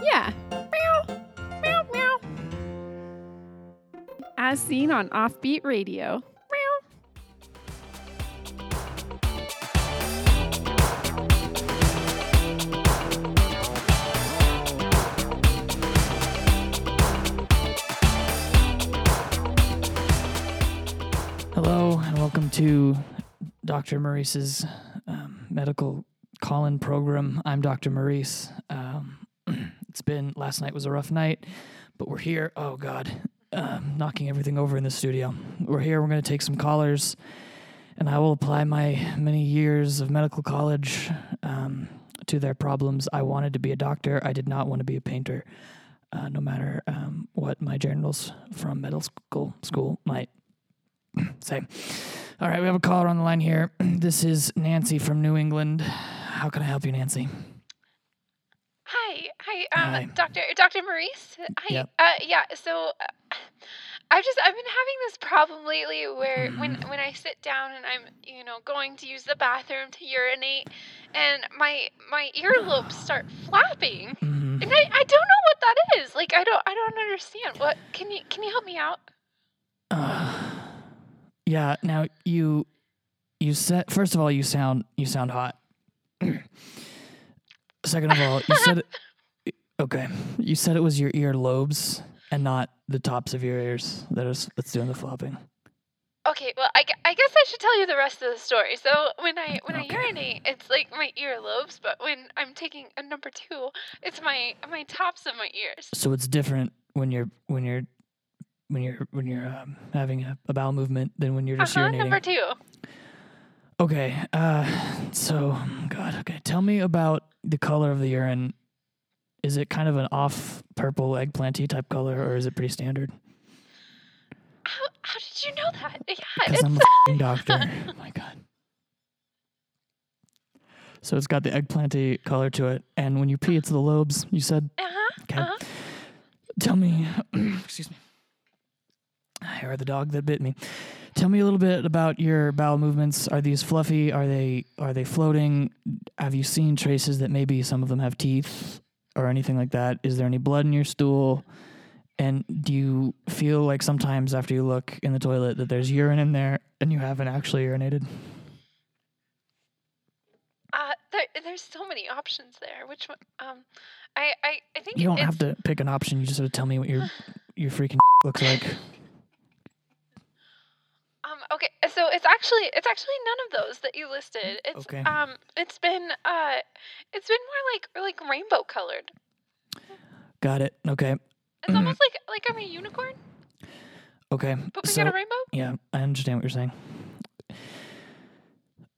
B: Yeah. Meow. Meow, meow as seen on Offbeat Radio. Meow.
C: Hello and welcome to Dr. Maurice's um, medical call-in program. I'm Dr. Maurice. Um, it's been last night was a rough night, but we're here. Oh God, um, knocking everything over in the studio. We're here. We're going to take some callers, and I will apply my many years of medical college um, to their problems. I wanted to be a doctor. I did not want to be a painter. Uh, no matter um, what my journals from middle school school might Same. All right, we have a caller on the line here. This is Nancy from New England. How can I help you, Nancy?
F: Hi, hi, um,
C: Hi.
B: um,
F: Doctor Doctor Maurice. Hi.
C: Yep.
F: Uh, yeah. So, uh,
B: I've just I've been having this problem lately where when when I sit down and I'm you know going to use the bathroom to urinate and my my earlobes start flapping
C: Mhm.
B: and I, I don't know what that is like I don't I don't understand what can you can you help me out
C: Uh, Yeah. Now you, you said first of all you sound you sound hot. Second of all, you said it- okay. You said it was your ear lobes and not the tops of your ears that is that's doing the flopping.
B: okay well I, gu- I guess I should tell you the rest of the story so when I when
C: Okay.
B: I urinate it's like my earlobes but when I'm taking a number two it's my my tops of my ears
C: So it's different when you're when you're when you're when you're um, having a, a bowel movement than when you're just
B: uh-huh
C: urinating.
B: number two
C: Okay. Uh, so, God. Okay. Tell me about the color of the urine. Is it kind of an off purple eggplanty type color, or is it pretty standard?
B: how, how did you know that yeah
C: Because
B: Uh, it's
C: I'm a f***ing doctor. Oh My God. So it's got the eggplanty color to it, and when you pee, it's the lobes. You said.
B: uh-huh
C: Okay. Tell me, excuse me. I heard the dog that bit me. Tell me a little bit about your bowel movements. Are these fluffy? Are they are they floating? Have you seen traces that maybe some of them have teeth or anything like that? Is there any blood in your stool? And do you feel like sometimes after you look in the toilet that there's urine in there and you haven't actually urinated?
B: Uh, there, there's so many options there. Which one? Um, I, I, I think
C: You don't
B: it's,
C: have to pick an option. You just sort of tell me what your your freaking looks like.
B: Um, okay, so it's actually it's actually none of those that you listed. It's
C: Mm, Okay.
B: um, it's been uh, it's been more like like rainbow colored.
C: Got it. Okay.
B: It's
C: Mm-hmm.
B: almost like like I'm a unicorn
C: Okay.
B: pooping
C: So
B: out a rainbow.
C: Yeah, I understand what you're saying.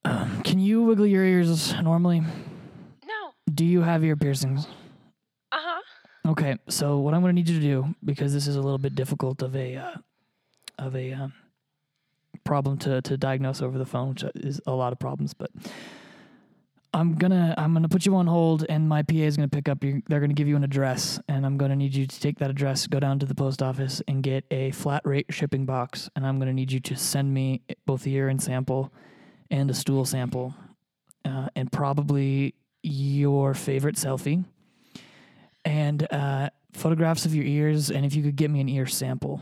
C: Um, can you wiggle your ears normally?
B: No.
C: Do you have ear piercings?
B: Uh
F: uh-huh,
B: huh.
C: Okay, so what I'm going to need you to do, because this is a little bit difficult of a uh, of a um, problem to, to diagnose over the phone, which is a lot of problems, but I'm gonna I'm gonna put you on hold, and my PA is gonna pick up. Your, they're gonna give you an address, and I'm gonna need you to take that address, go down to the post office, and get a flat rate shipping box. And I'm gonna need you to send me both the urine sample and a stool sample, uh, and probably your favorite selfie, and uh, photographs of your ears. And if you could get me an ear sample,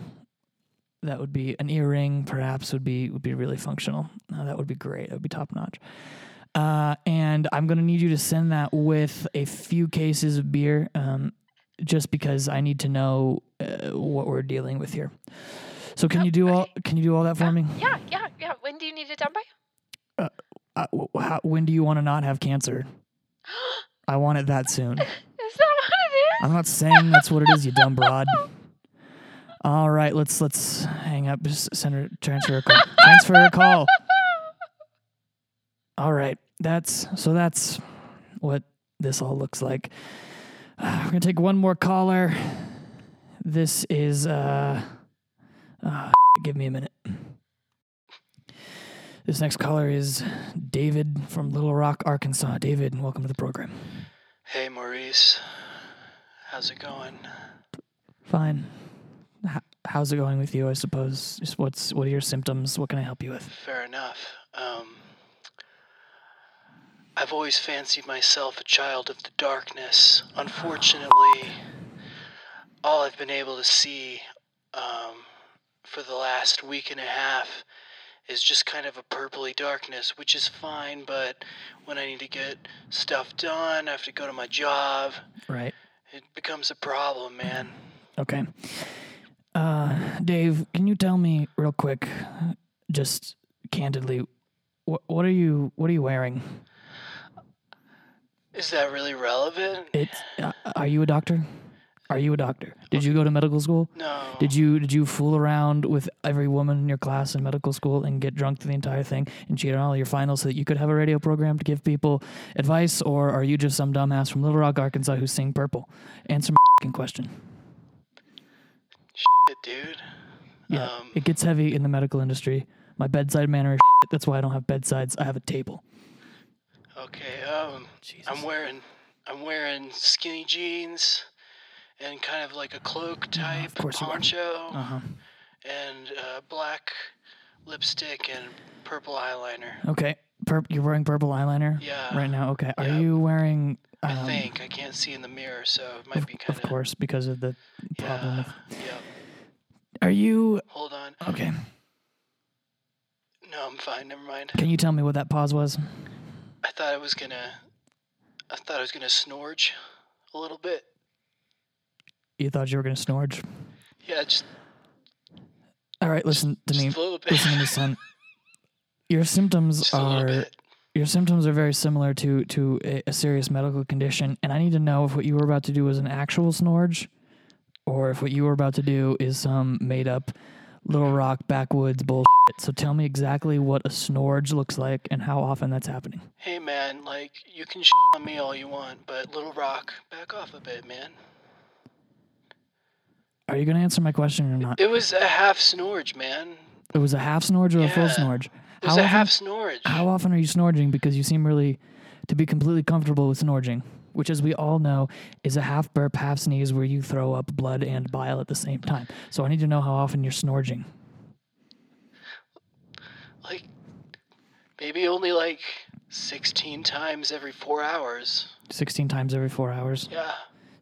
C: that would be an earring. Perhaps would be would be really functional. Uh, that would be great. That would be top notch. Uh, and I'm going to need you to send that with a few cases of beer, um, just because I need to know uh, what we're dealing with here. So can
B: Oh,
C: you do all?
B: okay.
C: Can you do all that for
B: Uh,
C: me?
B: yeah, yeah, yeah. When do you need it done by?
C: Uh, w- how, when do you want to not have cancer? I want it that soon.
B: Is that what it is?
C: I'm not saying that's what it is, you dumb broad. All right, let's let's hang up. Just send her transfer a call. Transfer a call. All right, that's so that's what this all looks like. Uh, we're gonna take one more caller. This is uh, uh give me a minute. This next caller is David from Little Rock, Arkansas. David, welcome to the program.
G: Hey Maurice, how's it going?
C: Fine. H- how's it going with you? I suppose. Just what's what are your symptoms? What can I help you with?
G: Fair enough. Um, I've always fancied myself a child of the darkness. Unfortunately, all I've been able to see um, for the last week and a half is just kind of a purpley darkness, which is fine, but when I need to get stuff done, I have to go to my job.
C: Right.
G: It becomes a problem, man.
C: Okay. Uh, Dave, can you tell me real quick, just candidly, what what are you what are you wearing?
G: Is that really relevant?
C: It's uh, are you a doctor? Are you a doctor? Did you go to medical school?
G: No.
C: Did you did you fool around with every woman in your class in medical school and get drunk through the entire thing and cheat on all your finals so that you could have a radio program to give people advice, or are you just some dumbass from Little Rock, Arkansas, who sing purple? Answer my fing question.
G: Shit, dude.
C: Yeah,
G: Um,
C: it gets heavy in the medical industry. My bedside manner is shit. That's why I don't have bedsides. I have a table.
G: Okay, um,
C: Jesus.
G: I'm wearing I'm wearing skinny jeans and kind of like a cloak type
C: course you are.
G: poncho
C: Uh huh.
G: and uh, black lipstick and purple eyeliner.
C: Okay. Pur- you're wearing purple eyeliner
G: Yeah.
C: right now. Okay. Are
G: Yeah.
C: you wearing? Um,
G: I think I can't see in the mirror, so it might
C: Of,
G: be
C: of
G: kind
C: course, because of the problem.
G: Yeah.
C: Of,
G: Yeah.
C: are you
G: Hold on.
C: okay?
G: No, I'm fine. Never mind.
C: Can you tell me what that pause was?
G: I thought I was gonna. I thought I was gonna snorge a little bit.
C: You thought you were gonna snorge.
G: Yeah, just,
C: All right, listen to
G: just
C: me.
G: a little bit.
C: Listen to me, son. Your symptoms
G: just a little
C: are
G: bit.
C: your symptoms are very similar to to a, a serious medical condition, and I need to know if what you were about to do was an actual snorge, or if what you were about to do is some made up Little Rock backwoods bullshit. So tell me exactly what a snorge looks like and how often that's happening.
G: Hey, man. Like you can sh- on me all you want, but Little Rock, back off a bit, man.
C: Are you gonna answer my question or not?
G: It was a half snorge, man.
C: It was a half snorge or a full
G: Yeah.
C: snorge.
G: It was
C: how
G: a half
C: often,
G: snorge.
C: How often are you snorging? Because you seem really to be completely comfortable with snorging, which, as we all know, is a half burp, half sneeze where you throw up blood and bile at the same time. So I need to know how often you're snorging.
G: Like maybe only like sixteen times every four hours.
C: 16 times every four hours.
G: Yeah.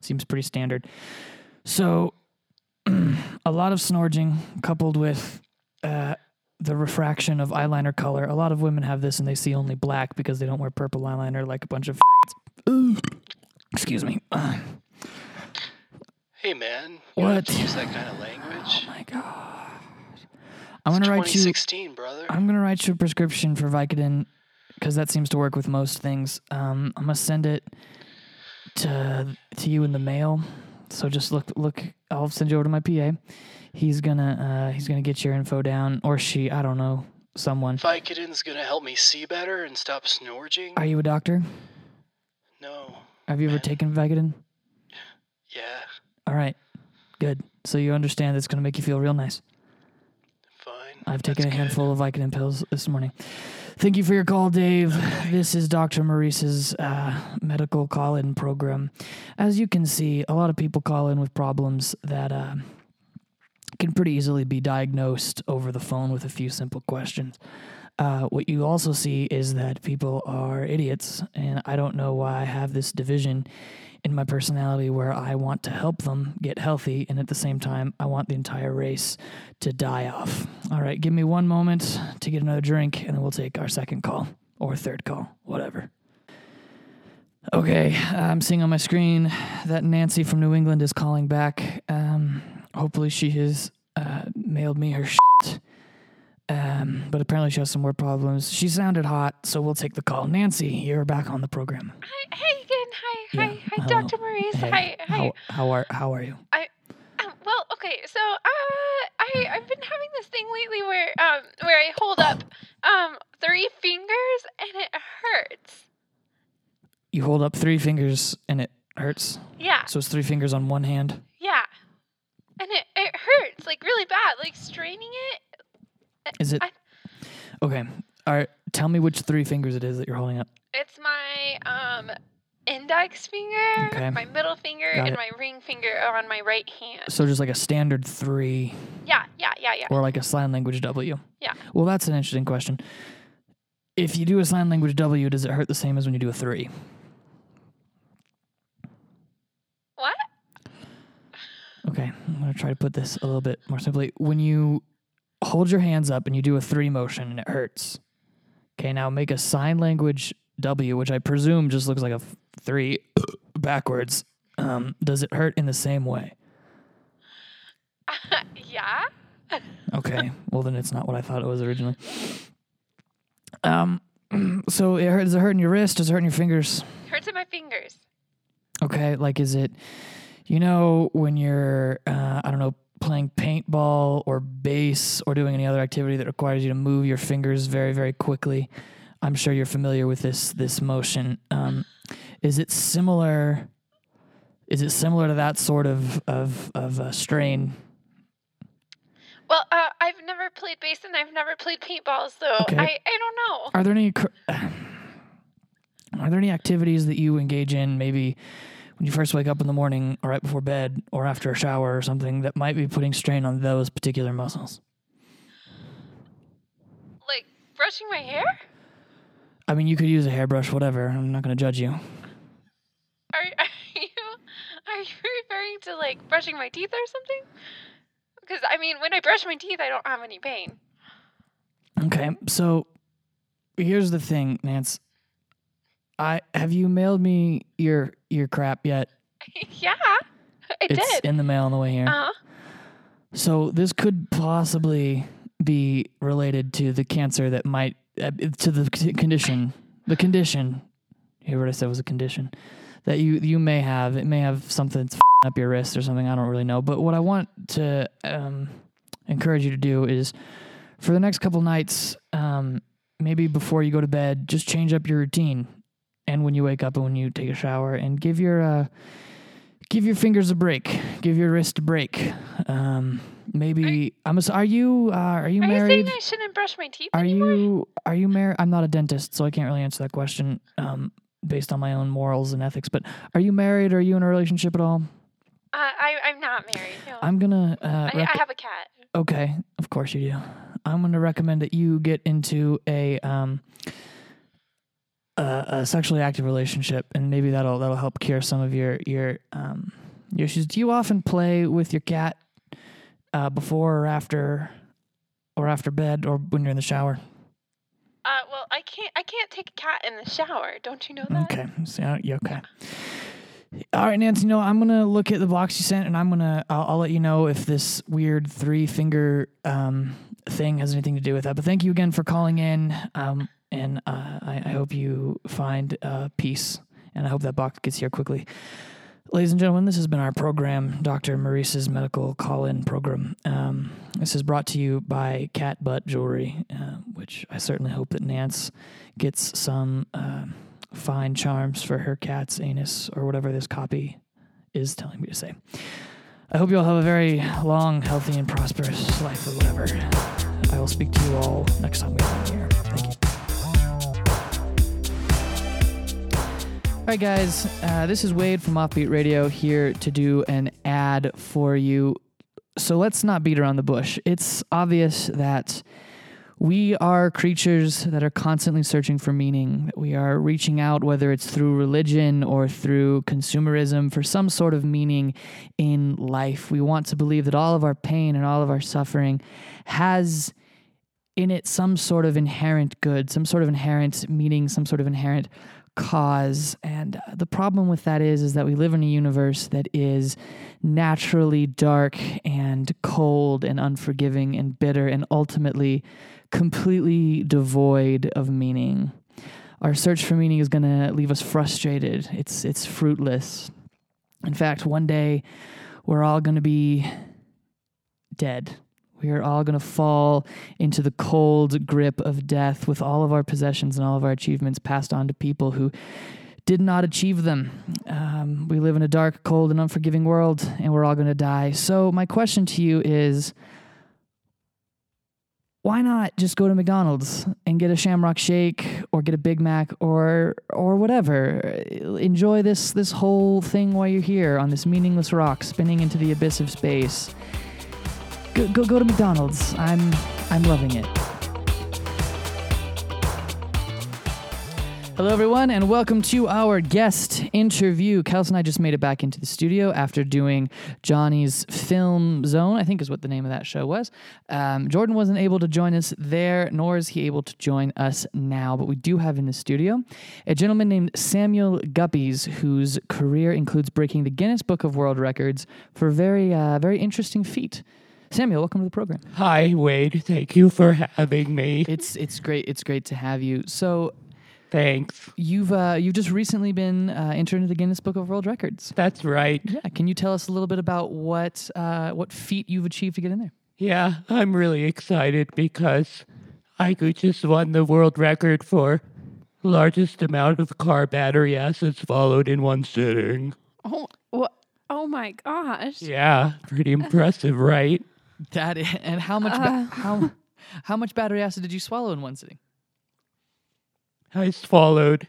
C: Seems pretty standard. So a lot of snorging coupled with uh, the refraction of eyeliner color. A lot of women have this and they see only black because they don't wear purple eyeliner like a bunch of. Ooh. Excuse me.
G: Hey, man. You don't have to
C: What?
G: use that kind of language.
C: my god. I'm gonna write you.
G: 2016, brother.
C: I'm gonna write you a prescription for Vicodin, because that seems to work with most things. Um, I'm gonna send it to to you in the mail. So just look look. I'll send you over to my PA. He's gonna uh, he's gonna get your info down, or she. I don't know. Someone.
G: Vicodin's gonna help me see better and stop snorging.
C: Are you a doctor?
G: No.
C: Have you ever taken Vicodin?
G: Yeah.
C: All right. Good. So you understand it's gonna make you feel real nice.
G: Fine.
C: I've taken
G: That's
C: a
G: good.
C: handful of Vicodin pills this morning. Thank you for your call, Dave. This is Dr. Maurice's uh, medical call in program. As you can see, a lot of people call in with problems that uh, can pretty easily be diagnosed over the phone with a few simple questions. Uh, what you also see is that people are idiots, and I don't know why I have this division in my personality where I want to help them get healthy, and at the same time, I want the entire race to die off. All right, give me one moment to get another drink, and then we'll take our second call or third call, whatever. Okay, I'm seeing on my screen that Nancy from New England is calling back. Um, hopefully, she has uh, mailed me her shit. Um, but apparently, she has some more problems. She sounded hot, so we'll take the call. Nancy, you're back on the program.
F: Hi, hey again. Hi,
C: Yeah,
F: hi, hi,
C: hello.
F: Dr. Maurice.
C: Hey,
F: hi, hi.
C: How, how are how are you?
F: Um, well, okay, so uh, I I've been having this thing lately where um where I hold up um three fingers and it hurts.
C: You hold up three fingers and it hurts.
F: Yeah,
C: So it's three fingers on one hand.
F: yeah, and it it hurts like really bad, like straining it.
C: Is it
F: I-
C: okay? All right. Tell me which three fingers it is that you're holding up.
F: It's my um index finger,
C: Okay.
F: my middle finger,
C: Got
F: and
C: it.
F: my ring finger are on my right hand.
C: So just like a standard three,
F: Yeah, yeah, yeah, yeah.
C: or like a sign language W.
F: Yeah.
C: Well, that's an interesting question. If you do a sign language W, does it hurt the same as when you do a three?
F: What?
C: Okay, I'm gonna try to put this a little bit more simply. When you hold your hands up and you do a three motion and it hurts. Okay, now make a sign language W, which I presume just looks like a f- three backwards. Um, does it hurt in the same way?
F: yeah.
C: Okay. Well, then it's not what I thought it was originally. Um. So it hurt, does it hurt in your wrist? Does it hurt in your fingers?
F: Hurts in my fingers.
C: Okay. Like, is it, you know, when you're, uh, I don't know, playing paintball or bass or doing any other activity that requires you to move your fingers very, very quickly? I'm sure you're familiar with this this motion. Um, is it similar? Is it similar to that sort of of of uh, strain?
F: Well, uh, I've never played bass and I've never played paintball, so
C: Okay.
F: I, I don't know.
C: Are there any cr- are there any activities that you engage in maybe when you first wake up in the morning or right before bed or after a shower or something that might be putting strain on those particular muscles.
F: Like brushing my hair?
C: I mean, you could use a hairbrush, whatever. I'm not going to judge you.
F: Are, are you are you referring to like brushing my teeth or something? Because I mean, when I brush my teeth, I don't have any pain.
C: Okay, so here's the thing, Nance. I have you mailed me your your crap yet?
F: yeah, I
C: it's
F: did.
C: in the mail on the way here.
F: Uh huh.
C: So this could possibly be related to the cancer that might uh, to the c- condition. The condition. Hear what I said was a condition that you you may have. It may have something that's f***ing up your wrist or something. I don't really know. But what I want to um, encourage you to do is for the next couple nights, um, maybe before you go to bed, just change up your routine. And when you wake up and when you take a shower, and give your uh, give your fingers a break, give your wrist a break. Um, maybe I'm. ass- Are you uh, are you
F: Are you
C: married?
F: saying I shouldn't brush my teeth
C: Are
F: anymore?
C: you are you married? I'm not a dentist, so I can't really answer that question um, based on my own morals and ethics. But are you married? Are you in a relationship at all?
F: Uh, I I'm not married. No.
C: I'm gonna. Uh,
F: I,
C: rec-
F: I have a cat.
C: okay, of course you do. I'm gonna recommend that you get into a um, a, a sexually active relationship, and maybe that'll that'll help cure some of your your um, your issues. Do you often play with your cat uh, before or after? Or after bed, or when you're in the shower.
F: Uh, well, I can't I can't take a cat in the shower. Don't you know that?
C: Okay. So, uh, yeah, okay. All right, Nancy. You know, I'm gonna look at the box you sent, and I'm gonna I'll, I'll let you know if this weird three finger um, thing has anything to do with that. But thank you again for calling in, um, and uh, I, I hope you find uh, peace, and I hope that box gets here quickly. Ladies and gentlemen, this has been our program, Dr. Maurice's medical call in program. Um, this is brought to you by Cat Butt Jewelry, uh, which I certainly hope that Nance gets some uh, fine charms for her cat's anus or whatever this copy is telling me to say. I hope you all have a very long, healthy, and prosperous life or whatever. I will speak to you all next time we are on here. Thank you. All right, guys. Uh, this is Wade from Offbeat Radio here to do an ad for you. So let's not beat around the bush. It's obvious that we are creatures that are constantly searching for meaning. that We are reaching out, whether it's through religion or through consumerism, for some sort of meaning in life. We want to believe that all of our pain and all of our suffering has in it some sort of inherent good, some sort of inherent meaning, some sort of inherent cause. And uh, the problem with that is is that we live in a universe that is naturally dark and cold and unforgiving and bitter and ultimately completely devoid of meaning. Our search for meaning is going to leave us frustrated. It's it's fruitless. In fact, one day we're all going to be dead. We are all going to fall into the cold grip of death with all of our possessions and all of our achievements passed on to people who did not achieve them. Um, we live in a dark, cold, and unforgiving world, and we're all going to die. So, my question to you is why not just go to McDonald's and get a Shamrock Shake or get a Big Mac or or whatever? Enjoy this this whole thing while you're here on this meaningless rock spinning into the abyss of space go, go, go to McDonald's. I'm I'm loving it. Hello, everyone, and welcome to our guest interview. Kels and I just made it back into the studio after doing Johnny's Film Zone, I think is what the name of that show was. Um, Jordan wasn't able to join us there, nor is he able to join us now, but we do have in the studio a gentleman named Samuel Guppies, whose career includes breaking the Guinness Book of World Records for very, uh, very interesting feat. Samuel, welcome to the program.
E: Hi, Wade. Thank you for having me.
C: It's it's great. It's great to have you. So
E: Thanks.
C: you've uh, you've just recently been uh, entered into the Guinness Book of World Records.
E: That's right.
C: Yeah. Can you tell us a little bit about what uh, what feat you've achieved to get in there?
E: Yeah, I'm really excited because I could just won the world record for largest amount of car battery acid swallowed in one sitting.
B: Oh, wha- oh my gosh.
E: Yeah, pretty impressive, right?
C: That is, and how much
E: Uh.
C: ba- how how much battery acid did you swallow in one sitting?
E: I swallowed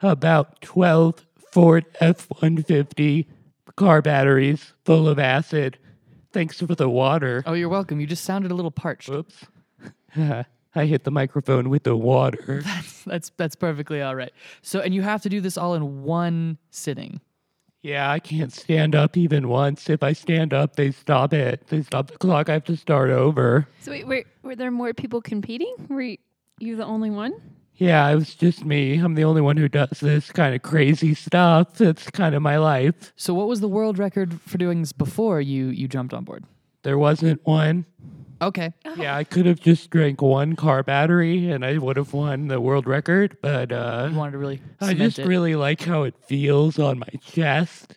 E: about 12 Ford F 150 car batteries full of acid. Thanks for the water.
C: Oh, you're welcome. You just sounded a little parched.
E: Whoops. I hit the microphone with the water.
C: That's that's perfectly all right. So, and you have to do this all in one sitting.
E: Yeah, I can't stand up even once. If I stand up, they stop it. They stop the clock. I have to start over.
B: So wait, were, were there more people competing? Were y- you the only one?
E: Yeah, it was just me. I'm the only one who does this kind of crazy stuff. It's kind of my life.
C: So, what was the world record for doing this before you you jumped on board?
E: There wasn't one.
C: Okay.
E: Yeah, I could have just drank one car battery and I would have won the world record, but
C: You
E: uh,
C: wanted to really
E: I
C: cement
E: just
C: it.
E: really like how it feels on my chest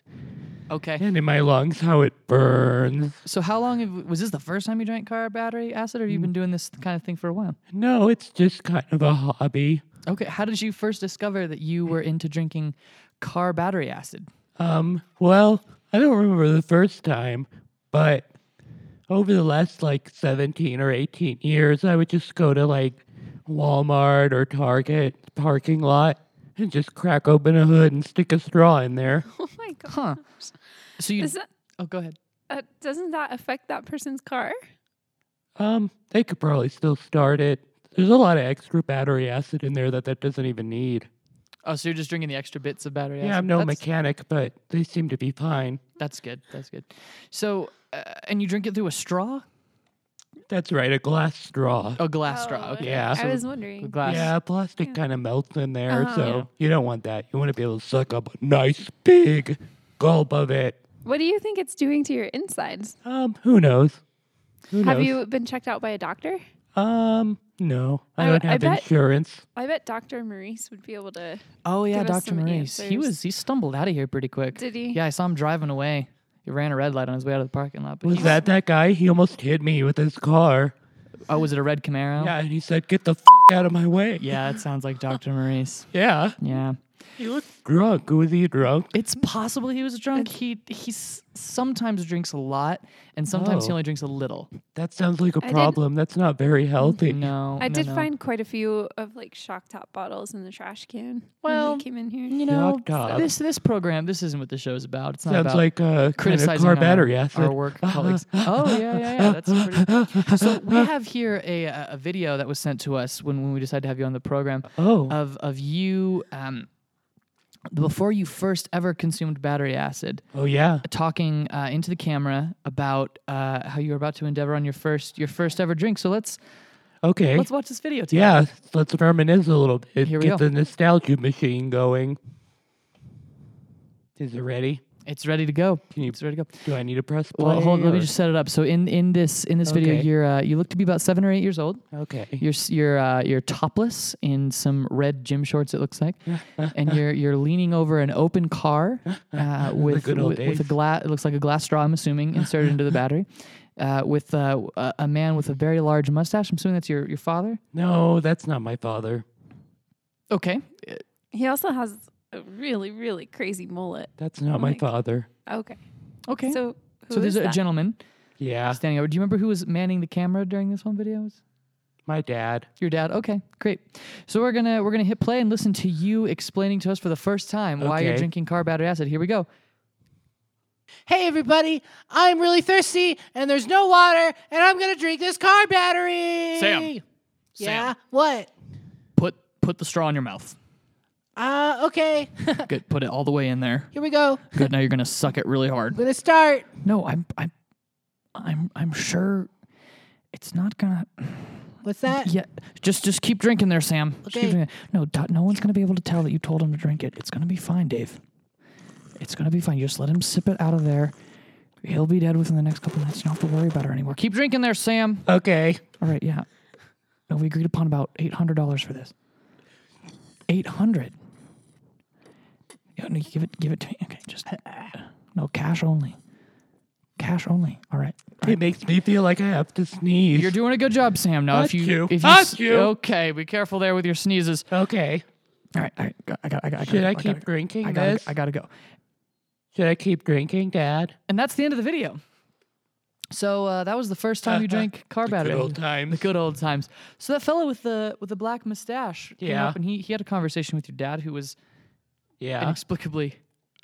C: Okay.
E: and in my lungs, how it burns.
C: So, how long have, was this the first time you drank car battery acid, or have you been doing this kind of thing for a while?
E: No, it's just kind of a hobby.
C: Okay. How did you first discover that you were into drinking car battery acid?
E: Um, well, I don't remember the first time, but over the last like 17 or 18 years, I would just go to like Walmart or Target parking lot and just crack open a hood and stick a straw in there.
B: Oh my god!
C: Huh. So you.
B: Is that,
C: oh, go ahead.
B: uh, doesn't that affect that person's car?
E: Um, they could probably still start it. There's a lot of extra battery acid in there that that doesn't even need.
C: Oh, so you're just drinking the extra bits of battery acid.
E: Yeah, I'm no
C: That's-
E: mechanic, but they seem to be fine.
C: That's good. That's good. So, uh, and you drink it through a straw?
E: That's right, a glass straw.
C: A glass straw.
B: Oh,
C: Okay.
E: Yeah.
B: I was
C: A
B: wondering.
C: glass.
E: Yeah, plastic
B: Yeah.
E: kind of melts in there,
B: Uh-huh.
E: so
C: Yeah.
E: you don't want that. You want to be able to suck up a nice big gulp of it.
B: What do you think it's doing to your insides?
E: Um, who knows? Who
B: Have
E: knows?
B: you been checked out by a doctor?
E: Um, no, I
B: I-
E: don't
B: I
E: have
B: bet-
E: insurance.
B: I bet Dr. Maurice would be able to.
C: Oh yeah,
B: Give us
C: Dr.
B: some
C: Maurice. He was
B: answers.
C: he stumbled out of here pretty quick.
B: Did he?
C: Yeah, I saw him driving away. He ran a red light on his way out of the parking lot. But
E: Was
C: he-
E: that that guy? He almost hit me with his car.
C: Oh, was it a red Camaro?
E: Yeah, and he said, "Get the f- out of my way."
C: Yeah, it sounds like Dr. Maurice.
E: Yeah.
C: Yeah.
E: He looked drunk. Was he drunk?
C: It's possible he was drunk. He he s- sometimes drinks a lot, and sometimes he
E: Oh.
C: only drinks a little.
E: That sounds like a
B: didn't-
E: problem. That's not very healthy.
C: No,
B: I
C: Oh, no,
B: did
C: no.
B: find quite a few of like shock top bottles in the trash can. when
C: Well,
B: we came in here.
C: you know
E: Doctor.
C: Uh, this this program. This isn't what the show's about. It's not
E: Sounds
C: about
E: like a kind of
C: criticizing
E: car
C: our,
E: battery acid.
C: our work colleagues. oh yeah, yeah, yeah. That's pretty. So we have here a uh, a video that was sent to us when, when we decided to have you on the program
E: Oh,
C: of of you um before you first ever consumed battery acid
E: oh yeah.
C: talking uh, into the camera about uh, how you were about to endeavor on your first your first ever drink. So let's
E: Okay.
C: let's watch this video together.
E: Yeah, let's reminisce a little bit.
C: Here we
E: Get
C: go.
E: the nostalgia machine going. Is it ready?
C: It's ready to go.
E: Can you-
C: It's ready to go.
E: Do I need to press play?
C: Well, hold. Let me
E: or-
C: just set it up. So in in this in this video,
E: Okay.
C: you're uh, you look to be about seven or eight years old.
E: Okay.
C: You're s- you're uh, you're topless in some red gym shorts. It looks like, and you're you're leaning over an open car uh, with
E: good old
C: with, with a
E: days.
C: glass. It looks like a glass straw. I'm assuming inserted into the battery, uh, with uh, w- a, a man with a very large mustache. I'm assuming that's your your father.
E: No, that's not my father.
C: Okay,
B: He also has a really, really crazy mullet.
E: That's
C: Oh
E: not my
B: my God.
E: father.
B: Okay.
C: okay. So,
B: So, who is
C: there's a
B: that?
C: gentleman
E: Yeah,
C: standing over. Do you remember who was manning the camera during this one video? Was-
E: my dad.
C: Your dad. Okay, great. So we're gonna we're gonna hit play and listen to you explaining to us for the first time why you're
E: Okay.
C: drinking car battery acid. Here we go.
H: Hey, everybody, I'm really thirsty and there's no water, and I'm going to drink this car battery.
C: Sam.
H: Yeah? What?
C: Put put the straw in your mouth.
H: Uh, okay.
C: Good. Put it all the way in there.
H: Here we go. I'm
C: Good. Now you're gonna suck it really hard.
H: going to start.
C: No, I'm I'm I'm I'm sure it's not gonna.
H: What's that?
C: Yeah. Just just keep drinking there, Sam. Just keep
H: Okay.
C: drinking. No, Dot, no one's gonna be able to tell that you told him to drink it. It's gonna be fine, Dave. It's gonna be fine. You just let him sip it out of there. He'll be dead within the next couple minutes. You don't have to worry about it anymore. Keep drinking there, Sam.
E: Okay.
C: All right, yeah. No, we agreed upon about eight hundred dollars for this. Eight hundred. Yeah, no, give it, give it to me. Okay, just uh, no cash only. Cash only. All right.
E: It makes me feel like I have to sneeze.
C: You're doing a good job, Sam. Now, if you,
E: Thank you.
C: if
E: Thank
C: s-
E: you.
C: okay, be careful there with your sneezes.
E: okay.
C: All right, all right. go- I got, I got, I got.
E: Should I keep drinking
C: I gotta,
E: this?
C: I gotta go.
E: Should I keep drinking, Dad?
C: And that's the end of the video. So uh, that was the first time you drank car battery.
E: Good old times.
C: The good old times. So that fellow with the with the black mustache came
E: Yeah.
C: up and he, he had a conversation with your dad who was
E: yeah.
C: inexplicably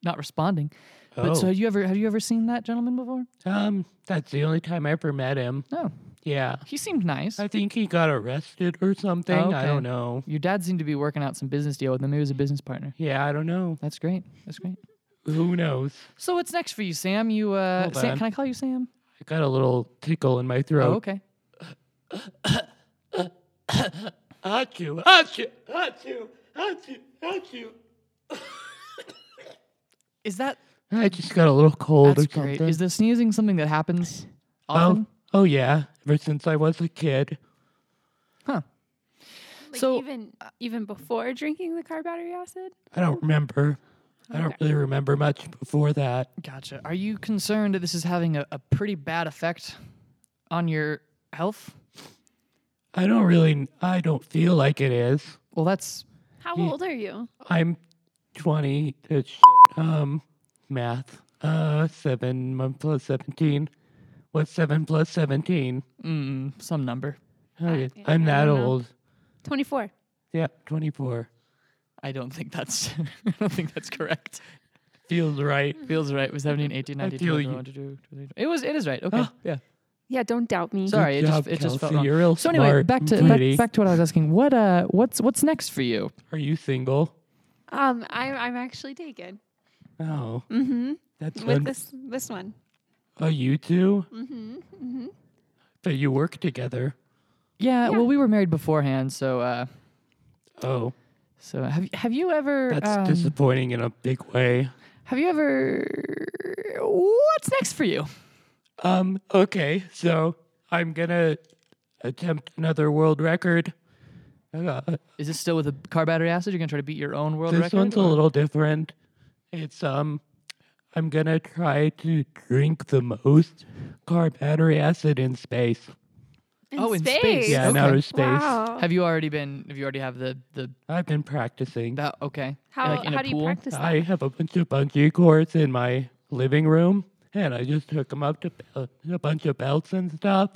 C: not responding.
E: Oh.
C: But so have you ever have you ever seen that gentleman before?
E: Um, that's the only time I ever met him.
C: No.
E: Yeah.
C: He seemed nice.
E: I think he got arrested or something. I
C: Okay.
E: don't know.
C: Your dad seemed to be working out some business deal with him. He was a business partner.
E: Yeah, I don't know.
C: That's great. That's great.
E: Who knows?
C: So what's next for you, Sam? You uh,
E: Hold
C: Sam,
E: on.
C: can I call you Sam?
E: I got a little tickle in my throat.
C: Oh, okay.
E: Achoo, achoo, achoo, achoo, achoo.
C: Is that
E: I just got a little cold
C: that's
E: or something.
C: great? Is the sneezing something that happens
E: oh,
C: often?
E: oh yeah. Ever since I was a kid.
B: Like
C: So-
B: even even before drinking the carbonated acid?
E: I don't remember. I don't really remember much before that.
C: Gotcha. Are you concerned that this is having a, a pretty bad effect on your health?
E: I don't really. I don't feel like it is.
C: Well, that's
B: How old are you?
E: I'm 20. uh, shit. Um, math. Uh, seven mon- plus 17. What's seven plus 17?
C: mm, some number.
E: Okay.
B: yeah,
E: I'm
B: I
E: that
B: don't know.
E: old.
B: Twenty four.
E: Yeah, 24.
C: I don't think that's I don't think that's correct.
E: Feels right.
C: Feels right. It was 17, 18, 19,
E: feel
C: 20,
E: you.
C: 21, 22, 23. It was it is right. Okay. yeah.
B: Yeah, don't doubt me.
C: Sorry,
E: Good
C: it
E: job,
C: just it just felt
E: Kelsey.
C: wrong.
E: You're real
C: so anyway,
E: smart
C: back
E: and
C: to back,
E: pretty.
C: back to what I was asking. What uh what's what's next for you?
E: Are you single?
B: Um, I'm I'm actually taken.
E: Oh,
B: Mm-hmm.
E: that's
B: With
E: fun.
B: this this one.
E: Oh, you two?
B: Mm-hmm. Mm-hmm.
E: But you work together.
C: Yeah,
B: Yeah.
C: well we were married beforehand, so uh
E: Oh,
C: so have have you ever
E: that's
C: um,
E: disappointing in a big way.
C: have you ever what's next for you?
E: Um, okay, so I'm gonna attempt another world record. Uh,
C: Is this still with a car battery acid? You're gonna try to beat your own world
E: this
C: record?
E: one's a
C: or-
E: little different. It's um, I'm gonna try to drink the most carbonated acid in space.
C: Oh, in space.
E: Yeah, in
C: Okay.
E: outer space.
B: Wow.
C: Have you already been? Have you already have the the
E: I've been practicing.
C: that? Okay.
B: how
C: like in a
B: how do you
C: pool?
B: practice that?
E: I have a bunch of bungee cords in my living room, and I just hook them up to bel- a bunch of belts and stuff,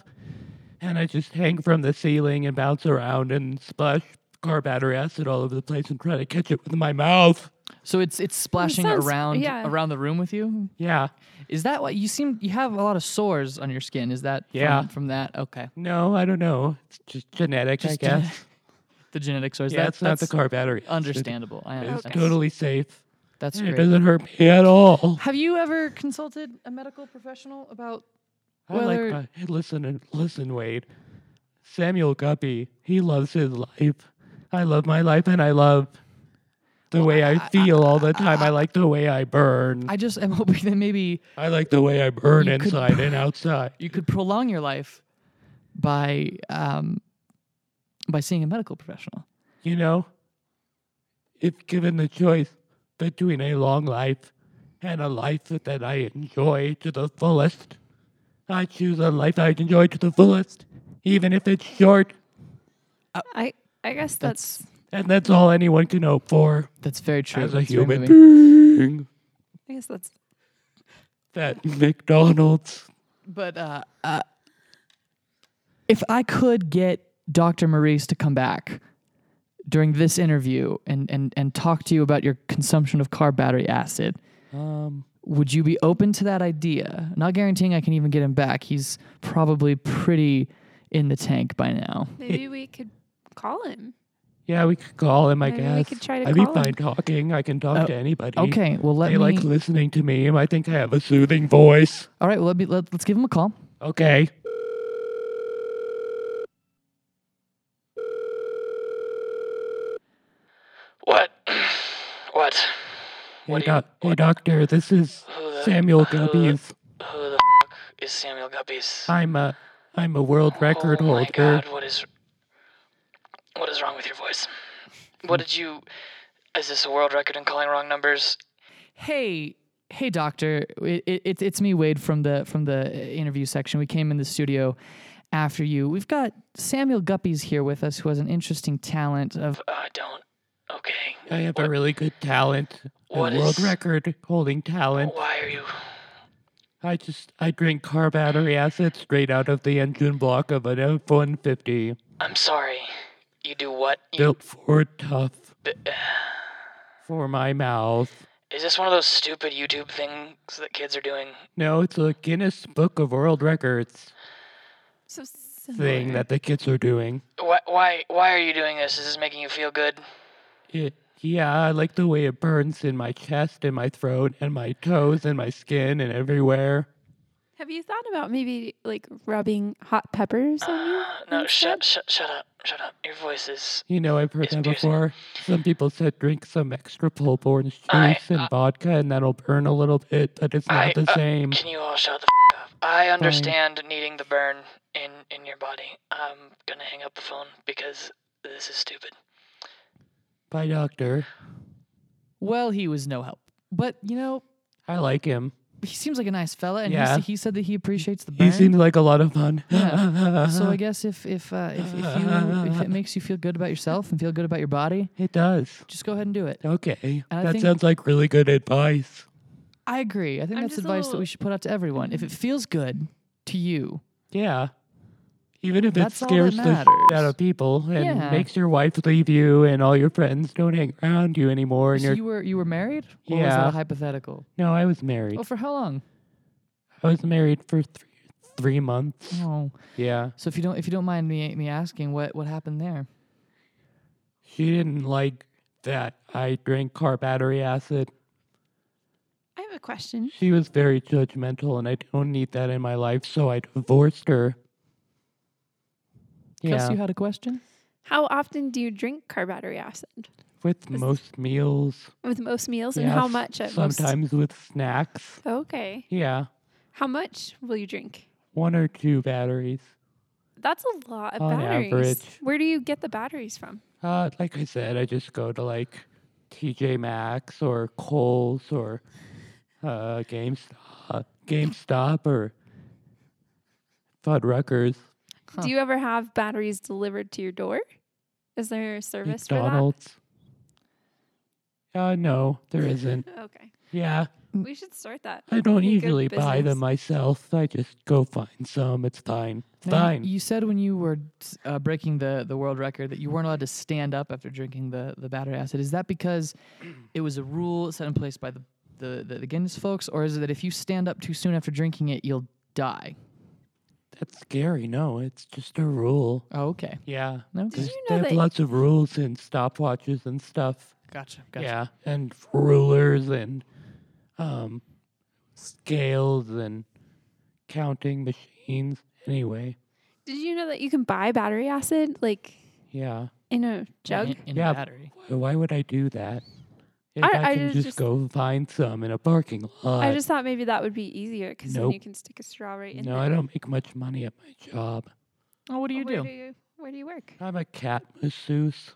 E: and I just hang from the ceiling and bounce around and splash carbonated acid all over the place and try to catch it with my mouth.
C: So it's it's splashing
B: sounds-
C: around
B: yeah.
C: around the room with you.
E: Yeah.
C: Is that what you seem? You have a lot of sores on your skin. Is that from-
E: Yeah.
C: from, that? Okay.
E: No, I don't know. It's just genetic, I
C: Just
E: guess.
C: genetic- The genetic sores.
E: yeah,
C: that,
E: it's not the carbonated acid.
C: Understandable. I
E: It's
C: understand.
E: totally safe.
C: That's
E: It
C: great.
E: doesn't hurt me at all.
C: Have you ever consulted a medical professional about?
E: I
C: Whether-
E: like my, hey, listen and listen, Wade. Samuel Guppy, he loves his life. I love my life and I love the way I, feel all the time. I, like the way I burn. I,
C: I just am hoping that maybe
E: like the way I burn
C: You could
E: inside and outside.
C: you could prolong your life by um by seeing a medical professional.
E: You know, if given the choice between a long life and a life that I enjoy to the fullest, I choose a life I enjoy to the fullest, even if it's short.
B: I I guess that's,
E: And that's all anyone can hope for.
C: That's very true.
E: as a
C: That's very
E: human
C: moving.
E: being.
B: I guess that's
E: That McDonald's.
C: But uh, uh, if I could get Dr. Maurice to come back during this interview and, and, and talk to you about your consumption of carb battery acid,
E: Um,
C: would you be open to that idea? Not guaranteeing I can even get him back. He's probably pretty in the tank by now.
B: maybe we could call him.
E: yeah, we could call him. I
B: Maybe
E: guess
B: we could try to
E: I'd
B: call
E: be
B: him.
E: fine talking. I can talk
C: Oh,
E: to anybody.
C: Okay, well let me.
E: They like listening to me. I think I have a soothing voice.
C: all right, well let me let, let's give him a call.
E: Okay.
G: What? what? What
E: hey,
G: do you-
E: doc- hey, doctor. This is
G: Who the-
E: Samuel
G: who the-
E: Guppies.
G: Who the f- is Samuel Guppies?
E: I'm a I'm a world record
G: oh
E: holder.
G: my god, what is what is wrong with your voice? What did you is this a world record in calling wrong numbers?
C: Hey, hey, doctor. It, it, it's it's me, Wade, from the from the interview section. We came in the studio after you. We've got Samuel Guppies here with us, who has an interesting talent of.
G: Uh, I don't. Okay.
E: I have a really good talent. A
G: what
E: world
G: is- Oh.
E: record holding talent.
G: Why are you
E: I just I drink car battery acid straight out of the engine block of an F one fifty.
G: I'm sorry. You do what? You uh,
E: built for tough
G: b-
E: for my mouth.
G: Is this one of those stupid YouTube things that kids are doing?
E: No, it's a Guinness Book of World Records
I: So similar.
E: thing that the kids are doing.
G: Why, why, why are you doing this? Is this making you feel good?
E: It, yeah, I like the way it burns in my chest and my throat and my toes and my skin and everywhere.
I: Have you thought about maybe like rubbing hot peppers on you?
G: No,
I: instead?
G: shut, shut, shut up, shut up. Your voice is.
E: You know, I've heard
G: It's
E: that
G: piercing.
E: before. Some people said drink some extra pulp orange juice
G: I-
E: and
G: I-
E: vodka, and that'll burn a little bit, but it's not
G: I-
E: the
G: uh,
E: same.
G: Can you all shut the f- up? I understand needing the burn in in your body. I'm gonna hang up the phone because this is stupid.
E: Bye, doctor.
C: Well, he was no help. But, you know,
E: I like him.
C: he seems like a nice fella, and he
E: Yeah.
C: s- he said that he appreciates the burn.
E: He seems uh-huh. like a lot of fun.
C: Yeah. so I guess if if uh, if, if you if it makes you feel good about yourself and feel good about your body,
E: it does.
C: just go ahead and do it.
E: Okay.
C: And I
E: that
C: think-
E: sounds like really good advice.
C: I agree. I think
I: I'm
C: that's
I: just a
C: advice that
I: little-
C: we should put out to everyone. If it feels good to you,
E: Yeah. Even if it
C: That's all that
E: scares the shit out
C: matters.
E: of people and
C: Yeah.
E: makes your wife leave you and all your friends don't hang around you anymore. And
C: so
E: you're,
C: you were you were married, or was that
E: Yeah.
C: a hypothetical?
E: no, I was married.
C: Oh, for how long?
E: I was married for three, three months.
C: Oh,
E: Yeah.
C: so if you don't if you don't mind me me asking, what what happened there?
E: She didn't like that I drank carbattery acid.
I: I have a question.
E: She was very judgmental, and I don't need that in my life, so I divorced her.
C: Chris,
E: Yeah,
C: you had a question.
I: How often do you drink carboxylic acid?
E: with most meals.
I: With most meals, and
E: yeah,
I: how
E: s-
I: much at most?
E: Sometimes with snacks.
I: Okay.
E: Yeah,
I: How much will you drink?
E: one or two batteries.
I: That's a lot of
E: On
I: batteries.
E: average.
I: Where do you get the batteries from?
E: Uh, like I said, I just go to like TJ Maxx or Kohl's or uh, GameStop, GameStop or Fuddruckers,
C: Huh.
I: Do you ever have batteries delivered to your door? Is there a service
E: McDonald's. Uh, no, there isn't.
I: for that? Okay.
E: Yeah,
I: We should start that.
E: I don't
I: Be a good
E: usually buy them
I: business.
E: myself. I just go find some. It's fine.
C: Now, you-
E: Fine.
C: You said when you were uh, breaking the, the world record that you weren't allowed to stand up after drinking the, the battery acid. Is that because it was a rule set in place by the, the, the, the Guinness folks, or is it that if you stand up too soon after drinking it, you'll die?
E: That's scary. No, it's just a rule.
C: Oh, okay.
E: Yeah.
C: Okay.
E: There's-
I: you know
E: they have
I: that-
E: lots of rules and stopwatches and stuff.
C: Gotcha. Gotcha.
E: Yeah. And rulers and um, scales and counting machines. Anyway.
I: Did you know that you can buy battery acid like
E: Yeah.
I: in a jug?
C: In, in
E: Yeah.
C: a battery.
E: Why- Why would I do that? If
I: I-
E: I,
I: I
E: can
I: was
E: just,
I: just-
E: go find some in a parking lot.
I: I just thought maybe that would be easier because then you
E: Nope.
I: can stick a straw right in
E: no,
I: there.
E: I don't make much money at my job.
C: Oh, what do you
I: where
C: do?
I: Do you, where do you work?
E: I'm a cat masseuse.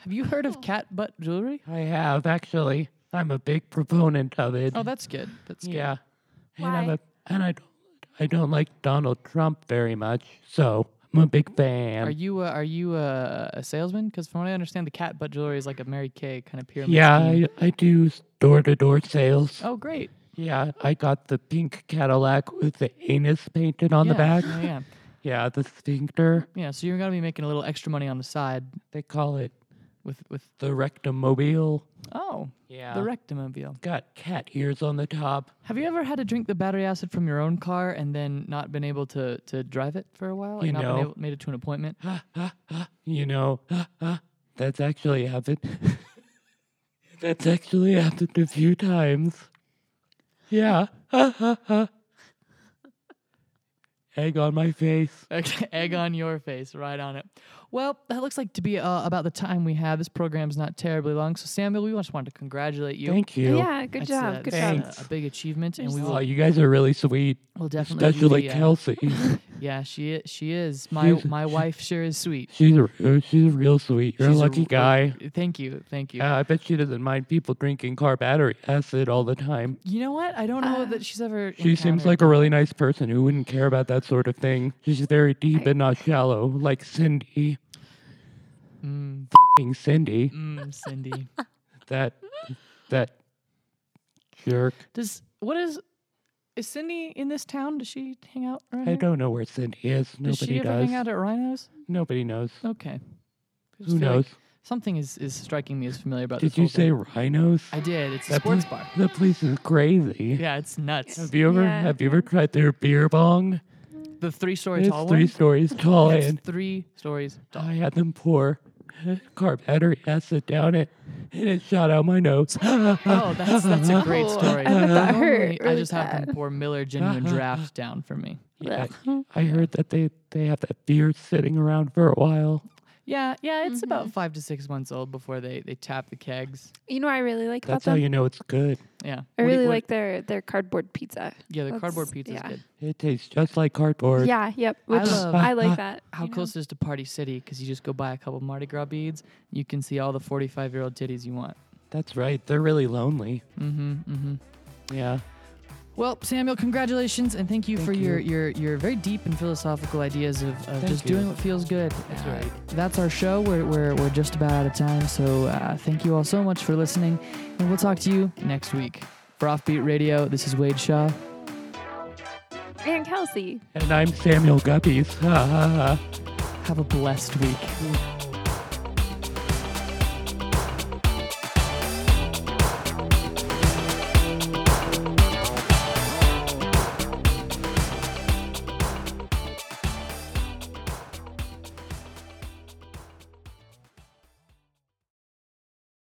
C: Have you heard of cat butt jewelry?
E: I have actually. I'm a big proponent of it.
C: Oh, that's good. That's good.
E: yeah. And I'm
I: Why?
E: a and I don't I don't like Donald Trump very much, so I'm a big fan.
C: Are you uh, are you uh, a salesman? Because from what I understand, the cat butt jewelry is like a Mary Kay kind of pyramid.
E: yeah,
C: scheme.
E: I, I do door to door sales.
C: Oh, great.
E: Yeah, I got the pink Cadillac with the anus painted on the
C: Yeah,
E: back.
C: Yeah, yeah,
E: Yeah, the sphincter.
C: yeah. So you're gonna be making a little extra money on the side
E: They call it
C: with with
E: the rectomobile.
C: Oh,
E: Yeah.
C: the rectomobile.
E: got cat ears on the top.
C: Have you ever had to drink the battery acid from your own car and then not been able to to drive it for a while? Like
E: You
C: not
E: know.
C: been able, made it to an appointment?
E: You know, that's actually happened. that's actually happened a few times. Yeah. Egg on my face.
C: Okay, Egg on your face, right on it. Well, that looks like to be uh, about the time we have. This program's not terribly long, so Samuel, we just wanted to congratulate you.
E: Thank you.
I: Yeah, good
C: That's,
I: job.
C: uh,
I: good
C: that's,
I: job.
C: uh,
E: Thanks.
C: A, big achievement, and we
E: Oh,
C: will,
E: you guys are really sweet,
C: will definitely.
E: especially
C: be, uh,
E: Kelsey.
C: Yeah, she i- she is. My
E: She's-
C: my wife sure is sweet.
E: she's a, uh, she's real sweet. You're
C: She's
E: a lucky
C: real-
E: guy.
C: Thank you, thank you.
E: Yeah, I bet she doesn't mind people drinking car battery acid all the time.
C: you know what? I don't know
I: Uh,
C: that she's ever.
E: She seems
C: encountered-
E: like a really nice person who wouldn't care about that sort of thing. She's very deep
I: I-
E: and not shallow, like Cindy.
C: Mm,
E: King Cindy,
C: mm, Cindy.
E: that that jerk.
C: Does what is is Cindy in this town? Does she hang out? Around
E: I
C: here?
E: don't know where Cindy is.
C: Mm-hmm. Does she
E: Nobody
C: ever
E: does.
C: hang out at Rhinos?
E: Nobody knows.
C: Okay. I just
E: Who
C: feel
E: knows?
C: Like Something is, is striking me as familiar about this.
E: Did you
C: whole
E: say
C: thing.
E: rhinos?
C: I did. It's a
E: That
C: sports
E: pla-
C: bar.
E: That place is crazy.
C: Yeah, it's nuts.
E: Have you ever
B: Yeah.
E: have you ever tried their beer bong?
C: The three story
E: It's
C: tall
E: three
C: one.
E: stories tall,
C: It's
E: and
C: three stories tall.
E: I had them pour carbonated acid down it, and it shot out my nose.
C: Oh, that's that's a great
B: Oh,
C: story. Uh-huh.
B: I bet that hurt
C: Normally, I
B: really
C: just have them
B: bad.
C: pour Miller Genuine Draft down for me.
E: Yeah, I heard that they they have that beer sitting around for a while.
C: Yeah, yeah,
B: Mm-hmm.
C: it's about five to six months old before they they tap the kegs.
B: You know, what I really like
E: That's
B: about
E: how
B: them.
E: you know it's good.
B: I
C: Yeah, What do you-
B: really
C: what-
B: like their their cardboard pizza.
C: Yeah, the cardboard
B: that's-
C: pizza's
B: yeah.
C: good.
E: It tastes just like cardboard.
B: Yeah, yep.
C: I
B: Which I,
C: love-
B: like that.
C: How
B: you know?
C: close it is to Party City? Because you just go buy a couple Mardi Gras beads, you can see all the forty-five year old titties you want.
E: That's right. They're really lonely.
C: Mm-hmm. Mm-hmm.
E: Yeah.
C: Well, Samuel, congratulations and thank you for your your your very deep and philosophical ideas of, of just
E: you.
C: doing what feels good. That's
E: right.
C: That's our show. We're, we're, we're just about out of time. So uh, thank you all so much for listening, and we'll talk to you next week. For Offbeat Radio, this is Wade Shaw.
B: And Kelsey.
E: And I'm Samuel Guppies. Ha ha ha.
C: Have a blessed week.